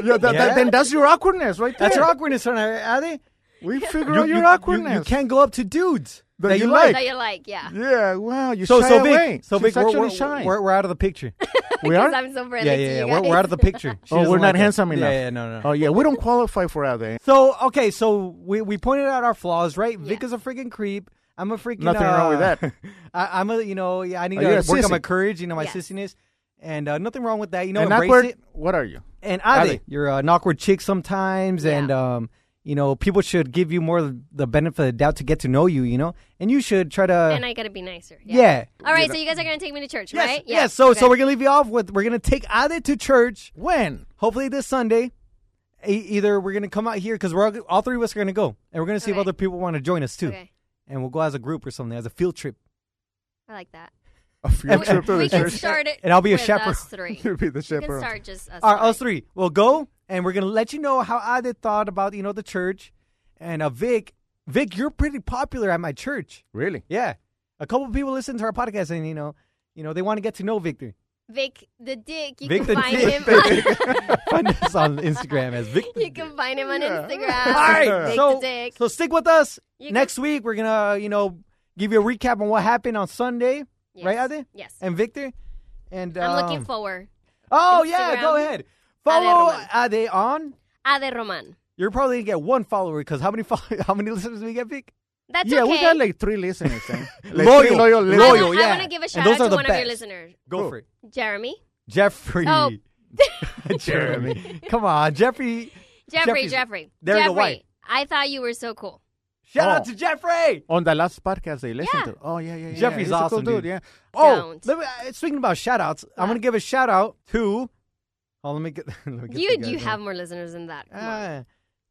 Speaker 2: yeah, that,
Speaker 1: Yeah.
Speaker 2: That, then that's your awkwardness, right there.
Speaker 1: That's your awkwardness, are they?
Speaker 2: We figure
Speaker 1: You-
Speaker 2: out your
Speaker 1: you- you-
Speaker 2: awkwardness.
Speaker 1: You, can't go up to dudes
Speaker 2: That you
Speaker 1: like.
Speaker 3: That you like, yeah.
Speaker 2: Yeah, wow, you
Speaker 1: So
Speaker 2: shy
Speaker 1: so
Speaker 2: away.
Speaker 1: Vic, so
Speaker 2: She's
Speaker 1: Vic, we're,
Speaker 2: actually
Speaker 1: we're,
Speaker 2: shy.
Speaker 1: we're we're out of the picture.
Speaker 2: We
Speaker 3: Because
Speaker 2: are.
Speaker 3: I'm so friendly
Speaker 1: yeah, yeah,
Speaker 3: to
Speaker 1: yeah.
Speaker 3: you
Speaker 1: We're,
Speaker 3: guys.
Speaker 1: we're out of the picture. She
Speaker 2: Oh,
Speaker 1: doesn't
Speaker 2: we're not
Speaker 1: like it.
Speaker 2: handsome enough.
Speaker 1: Yeah, yeah, no, no, no.
Speaker 2: Oh yeah, we don't qualify for eh? out there.
Speaker 1: So okay, so we, we pointed out our flaws, right? Vic is a freaking creep. I'm a freaking
Speaker 2: Nothing wrong with
Speaker 1: uh,
Speaker 2: that.
Speaker 1: I, I'm a you know yeah, I need
Speaker 2: Oh, you're
Speaker 1: to
Speaker 2: a
Speaker 1: work
Speaker 2: sissy.
Speaker 1: on my courage, you know my
Speaker 3: Yes.
Speaker 1: sissiness, and uh, nothing wrong with that. You know,
Speaker 2: and
Speaker 1: embrace
Speaker 2: awkward.
Speaker 1: it.
Speaker 2: What are you?
Speaker 1: And Ade,
Speaker 2: Ade.
Speaker 1: you're an awkward chick sometimes,
Speaker 3: Yeah.
Speaker 1: and um, you know people should give you more of the benefit of the doubt to get to know you, you know, and you should try to
Speaker 3: and I gotta be nicer.
Speaker 1: yeah.
Speaker 3: All right, so you guys are gonna take me to church,
Speaker 1: Yes,
Speaker 3: right?
Speaker 1: yes. So,
Speaker 3: okay.
Speaker 1: so we're gonna leave you off with we're gonna take Ade to church.
Speaker 2: When?
Speaker 1: Hopefully this Sunday, e- either we're gonna come out here because we're all, all three of us are gonna go, and we're gonna see
Speaker 3: Okay.
Speaker 1: if other people want to join us too,
Speaker 3: Okay.
Speaker 1: and we'll go as a group or something as a field trip.
Speaker 3: I like that.
Speaker 2: A field trip to the
Speaker 3: we we can
Speaker 2: church.
Speaker 3: start it.
Speaker 1: And I'll be a
Speaker 3: with
Speaker 1: chaperone.
Speaker 3: Us three.
Speaker 2: You'll be the
Speaker 3: we can
Speaker 2: chaperone.
Speaker 3: start just us.
Speaker 1: All right,
Speaker 3: three.
Speaker 1: us three. We'll go, and we're gonna let you know how I did thought about you know the church, and uh, Vic, Vic, you're pretty popular at my church.
Speaker 2: Really?
Speaker 1: Yeah, a couple people listen to our podcast, and you know, you know they want to get to know Victor.
Speaker 3: Vic the Dick. You
Speaker 1: Vic
Speaker 3: can
Speaker 1: the
Speaker 3: find
Speaker 1: Dick.
Speaker 3: him. On,
Speaker 1: Find us on Instagram as Vic.
Speaker 3: you can find him on Instagram.
Speaker 1: All right,
Speaker 3: Vic
Speaker 1: so
Speaker 3: the Dick.
Speaker 1: so stick with us.
Speaker 3: You
Speaker 1: Next week we're gonna you know give you a recap on what happened on Sunday,
Speaker 3: Yes.
Speaker 1: right, Ade
Speaker 3: Yes.
Speaker 1: and Victor, and
Speaker 3: I'm looking
Speaker 1: um,
Speaker 3: forward.
Speaker 1: Oh yeah, go
Speaker 3: Instagram,
Speaker 1: ahead. Follow
Speaker 3: Roman.
Speaker 1: Ade on.
Speaker 3: Ade Roman.
Speaker 1: You're probably gonna get one follower because how many follow- how many listeners do we get, Vic?
Speaker 3: That's
Speaker 2: yeah,
Speaker 3: okay.
Speaker 2: we got like three listeners. Eh? Like
Speaker 1: Loyal,
Speaker 2: three
Speaker 1: loyal.
Speaker 2: loyal,
Speaker 3: I
Speaker 2: listeners.
Speaker 3: wanna-
Speaker 1: yeah.
Speaker 3: I want to give a
Speaker 1: And
Speaker 3: shout
Speaker 1: those
Speaker 3: out
Speaker 1: are
Speaker 3: to
Speaker 1: the
Speaker 3: one of your
Speaker 1: best.
Speaker 3: listeners,
Speaker 1: Go
Speaker 2: Cool.
Speaker 1: for it,
Speaker 3: Jeffrey.
Speaker 1: Oh. Jeffrey.
Speaker 3: Oh.
Speaker 1: Jeremy, come on, Jeffrey.
Speaker 3: Jeffrey.
Speaker 1: Jeffrey's-
Speaker 3: Jeffrey.
Speaker 1: There you go,
Speaker 3: Jeffrey.
Speaker 1: why?
Speaker 3: I thought you were so cool.
Speaker 1: Shout
Speaker 2: Oh.
Speaker 1: out to Jeffrey.
Speaker 2: On the last podcast they listened
Speaker 3: Yeah.
Speaker 2: to. Oh yeah, yeah, yeah.
Speaker 1: Jeffrey's
Speaker 2: He's a cool
Speaker 1: awesome,
Speaker 2: dude.
Speaker 1: dude.
Speaker 2: Yeah.
Speaker 1: Oh,
Speaker 3: Don't.
Speaker 1: let me, uh, speaking about shout outs, I'm
Speaker 3: What?
Speaker 1: gonna give a shout out to. Oh, let me get. Let me get
Speaker 3: You
Speaker 1: the
Speaker 3: you
Speaker 1: guy's
Speaker 3: have
Speaker 1: name.
Speaker 3: more listeners than that. Come on.
Speaker 1: Ah.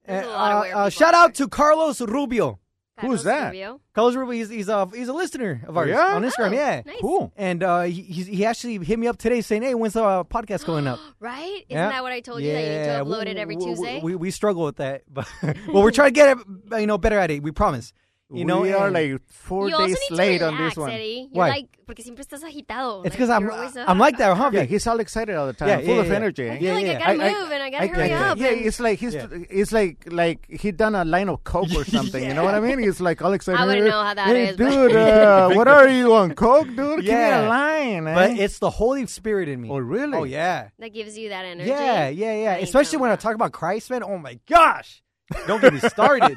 Speaker 3: There's a
Speaker 1: Uh,
Speaker 3: lot of weird
Speaker 1: uh,
Speaker 3: people
Speaker 1: shout
Speaker 3: out
Speaker 1: out to Carlos Rubio.
Speaker 2: Who's
Speaker 3: Carlos
Speaker 2: that?
Speaker 3: Rubio.
Speaker 1: Carlos Rubio, he's, he's a he's a listener of ours
Speaker 2: Yeah?
Speaker 1: on Instagram.
Speaker 3: Oh,
Speaker 1: yeah,
Speaker 3: nice.
Speaker 2: Cool.
Speaker 1: and uh, he he's- he actually hit me up today saying, "Hey, when's the uh, podcast going up?"
Speaker 3: Right? Isn't
Speaker 1: Yeah.
Speaker 3: that what I told you that you need to upload it every
Speaker 1: we- we-
Speaker 3: Tuesday?
Speaker 1: We, we struggle with that, but well, we're trying to get it, you know better at it. We promise. You know, eh,
Speaker 2: we are
Speaker 1: and
Speaker 2: like four
Speaker 3: you also
Speaker 2: days
Speaker 3: need to
Speaker 2: late
Speaker 3: relax,
Speaker 2: on this one.
Speaker 3: Eddie. You're
Speaker 1: Why?
Speaker 3: like, porque siempre estás agitado.
Speaker 1: it's
Speaker 3: Like,
Speaker 1: because I'm
Speaker 3: you're always, uh,
Speaker 1: I'm like that, huh?
Speaker 2: Yeah,
Speaker 1: Vic?
Speaker 2: he's all excited all the time,
Speaker 1: Yeah,
Speaker 2: full
Speaker 1: yeah,
Speaker 2: of
Speaker 1: yeah.
Speaker 2: energy. eh?
Speaker 3: I feel like
Speaker 1: yeah,
Speaker 3: I gotta
Speaker 2: I- I-
Speaker 3: move and I gotta hurry
Speaker 1: yeah,
Speaker 3: up.
Speaker 2: Yeah,
Speaker 3: and
Speaker 2: it's like he's
Speaker 1: Yeah.
Speaker 2: it's like like he done a line of coke or something. You know what I mean? He's like all excited.
Speaker 3: I wouldn't know how that
Speaker 2: that is,
Speaker 3: is, but-
Speaker 2: dude. Uh, what are you on coke, dude? Give me
Speaker 1: Yeah.
Speaker 2: a line.
Speaker 1: But
Speaker 2: eh?
Speaker 1: it's the Holy Spirit in me.
Speaker 2: oh really?
Speaker 1: Oh yeah.
Speaker 3: that gives you that energy.
Speaker 1: Yeah, yeah, yeah.
Speaker 3: Ahí
Speaker 1: Especially when I
Speaker 3: está.
Speaker 1: talk about Christ, man. Oh my gosh, Don't get me started.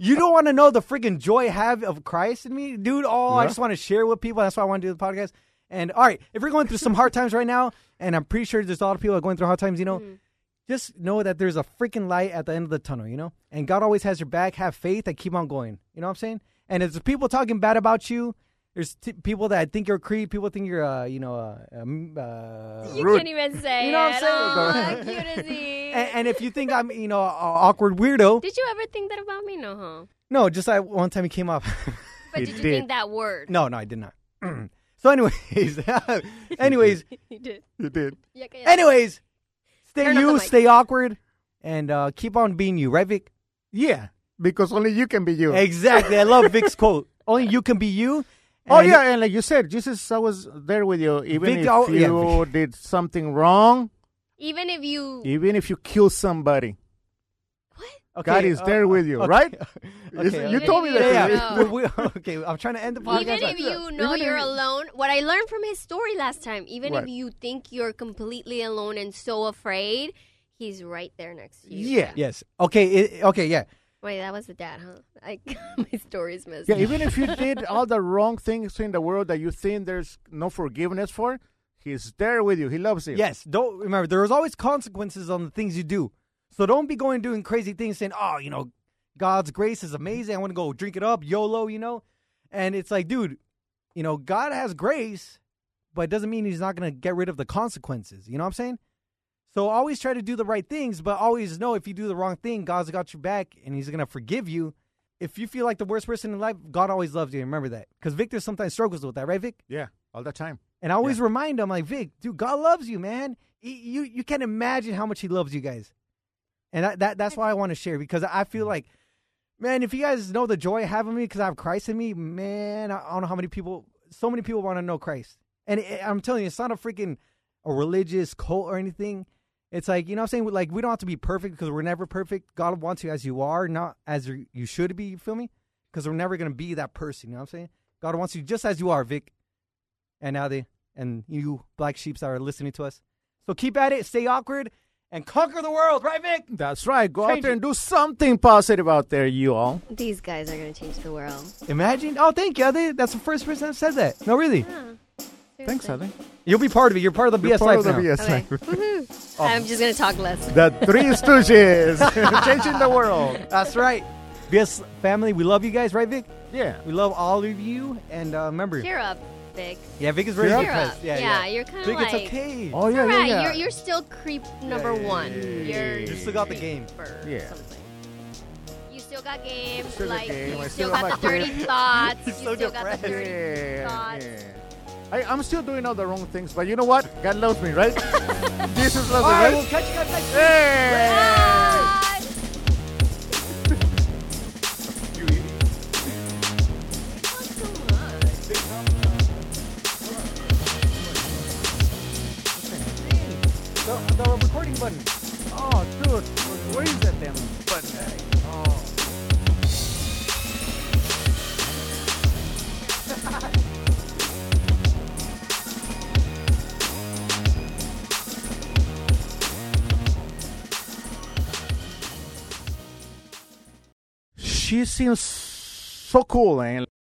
Speaker 1: you don't want to know the freaking joy I have of Christ in me, dude. Oh, I just want to share with people. That's why I want to do the podcast. And all right, if you're going through some hard times right now, and I'm pretty sure there's a lot of people that are going through hard times, you know,
Speaker 3: Mm.
Speaker 1: just know that there's a freaking light at the end of the tunnel, you know? And God always has your back. Have faith and keep on going. You know what I'm saying? And if there's people talking bad about you, there's t- people that think you're a creep, people think you're, uh, you know, uh, um, uh,
Speaker 3: You
Speaker 2: Rude.
Speaker 3: can't even say
Speaker 1: You know what I'm
Speaker 3: it.
Speaker 1: saying,
Speaker 3: Oh,
Speaker 1: bro?
Speaker 3: cute is he?
Speaker 1: and, and if you think I'm, you know, a awkward weirdo,
Speaker 3: Did you ever think that about me? No, huh?
Speaker 1: no, just I, one time he came up.
Speaker 3: But
Speaker 2: He
Speaker 3: did you
Speaker 2: did.
Speaker 3: think that word?
Speaker 1: no, no, I did not. so, anyways, anyways,
Speaker 3: You did.
Speaker 2: You did.
Speaker 3: Yeah, okay, yeah.
Speaker 1: anyways, stay
Speaker 3: Turn off the
Speaker 1: you,
Speaker 3: mic.
Speaker 1: stay awkward, and uh, keep on being you, right, Vic?
Speaker 2: Yeah, because only you can be you.
Speaker 1: Exactly. I love Vic's quote. Only you can be you.
Speaker 2: Oh
Speaker 1: And-
Speaker 2: yeah, and like you said, Jesus, I was there with you. Even
Speaker 1: Vic,
Speaker 2: if
Speaker 1: oh, yeah,
Speaker 2: you did something wrong,
Speaker 3: Even if you.
Speaker 2: even if you kill somebody,
Speaker 1: Okay,
Speaker 2: God is
Speaker 1: uh,
Speaker 2: there with you,
Speaker 1: okay.
Speaker 2: right?
Speaker 1: Okay,
Speaker 2: You- you
Speaker 1: okay.
Speaker 2: told me that.
Speaker 1: Yeah,
Speaker 3: you
Speaker 1: yeah.
Speaker 3: know.
Speaker 1: We- we- okay, I'm trying to end the podcast.
Speaker 3: Even
Speaker 1: right.
Speaker 3: if you know
Speaker 1: Even
Speaker 3: you're
Speaker 1: if-
Speaker 3: alone, what I learned from his story last time, even
Speaker 2: What?
Speaker 3: if you think you're completely alone and so afraid, he's right there next to you.
Speaker 2: Yeah.
Speaker 1: Yes. Okay. It, okay. Yeah.
Speaker 3: Wait, that was the dad, huh? I, my story's messed.
Speaker 2: Yeah, even if you did all the wrong things in the world that you think there's no forgiveness for, he's there with you. He loves you.
Speaker 1: Yes. Don't remember. There is always consequences on the things you do. So don't be going doing crazy things, saying, "Oh, you know, God's grace is amazing. I want to go drink it up, YOLO." You know, and it's like, dude, you know, God has grace, but it doesn't mean He's not going to get rid of the consequences. You know what I'm saying? So always try to do the right things, but always know if you do the wrong thing, God's got your back and He's going to forgive you. If you feel like the worst person in life, God always loves you. Remember that, because Victor sometimes struggles with that, right, Vic?
Speaker 2: Yeah, all the time.
Speaker 1: And I always remind him, like, Vic, dude, God loves you, man. Y- You you can't imagine how much He loves you guys. And I, that that's why I want to share because I feel like, man, if you guys know the joy I have in me because I have Christ in me, man, I I don't know how many people, so many people want to know Christ. And it, I'm telling you, it's not a freaking a religious cult or anything. It's like you know what I'm saying. Like we don't have to be perfect because we're never perfect. God wants you as you are, not as you you should be. You feel me? Because we're never gonna be that person. You know what I'm saying? God wants you just as you are, Vic and Adi and you black sheeps that are listening to us. So keep at it, stay awkward, and conquer the world, right, Vic?
Speaker 2: That's right. Go
Speaker 1: Change
Speaker 2: out there
Speaker 1: it.
Speaker 2: and do something positive out there, you all.
Speaker 3: These guys are gonna change the world.
Speaker 1: Imagine. Oh, thank you, Adi. That's the first person that said that. No, really.
Speaker 2: Thanks, Ade.
Speaker 1: You'll be part of it. You're part of the BS
Speaker 2: Part
Speaker 1: life
Speaker 2: of the
Speaker 1: now.
Speaker 2: BS
Speaker 3: Okay.
Speaker 2: life.
Speaker 3: Woohoo.
Speaker 2: Oh.
Speaker 3: I'm just gonna talk less.
Speaker 2: The Three Stooges, changing the world.
Speaker 1: That's right. BS family, we love you guys, right, Vic?
Speaker 2: Yeah.
Speaker 1: We love all of you, and uh, remember,
Speaker 3: Cheer up, Vic.
Speaker 1: yeah, Vic is very
Speaker 3: Cheer
Speaker 1: depressed.
Speaker 3: up.
Speaker 1: Yeah,
Speaker 3: Yeah, you're kinda
Speaker 1: Vic, it's
Speaker 3: like-
Speaker 1: okay.
Speaker 2: Oh yeah,
Speaker 3: right,
Speaker 2: yeah,
Speaker 3: You're,
Speaker 2: yeah.
Speaker 3: you're still creep number
Speaker 1: yeah,
Speaker 3: one.
Speaker 1: yeah, yeah,
Speaker 3: You're,
Speaker 1: yeah. You still got the game.
Speaker 3: creeper or
Speaker 2: Yeah.
Speaker 3: something. You still got game.
Speaker 2: Still got
Speaker 3: like
Speaker 2: game, I still
Speaker 3: you still
Speaker 2: got my
Speaker 3: got the dirty
Speaker 2: game.
Speaker 3: thoughts. you
Speaker 1: so
Speaker 3: still got the dirty
Speaker 2: Yeah,
Speaker 3: thoughts.
Speaker 2: yeah. I, I'm still doing all the wrong things, but you know what? God loves me, right? Jesus loves
Speaker 1: All right,
Speaker 2: me,
Speaker 1: we'll
Speaker 2: right?
Speaker 1: catch you guys next.
Speaker 2: Hey!
Speaker 3: Bye.
Speaker 1: The, the recording button. Oh, dude, where is that damn button? at? Oh.
Speaker 2: She seems so cool, man.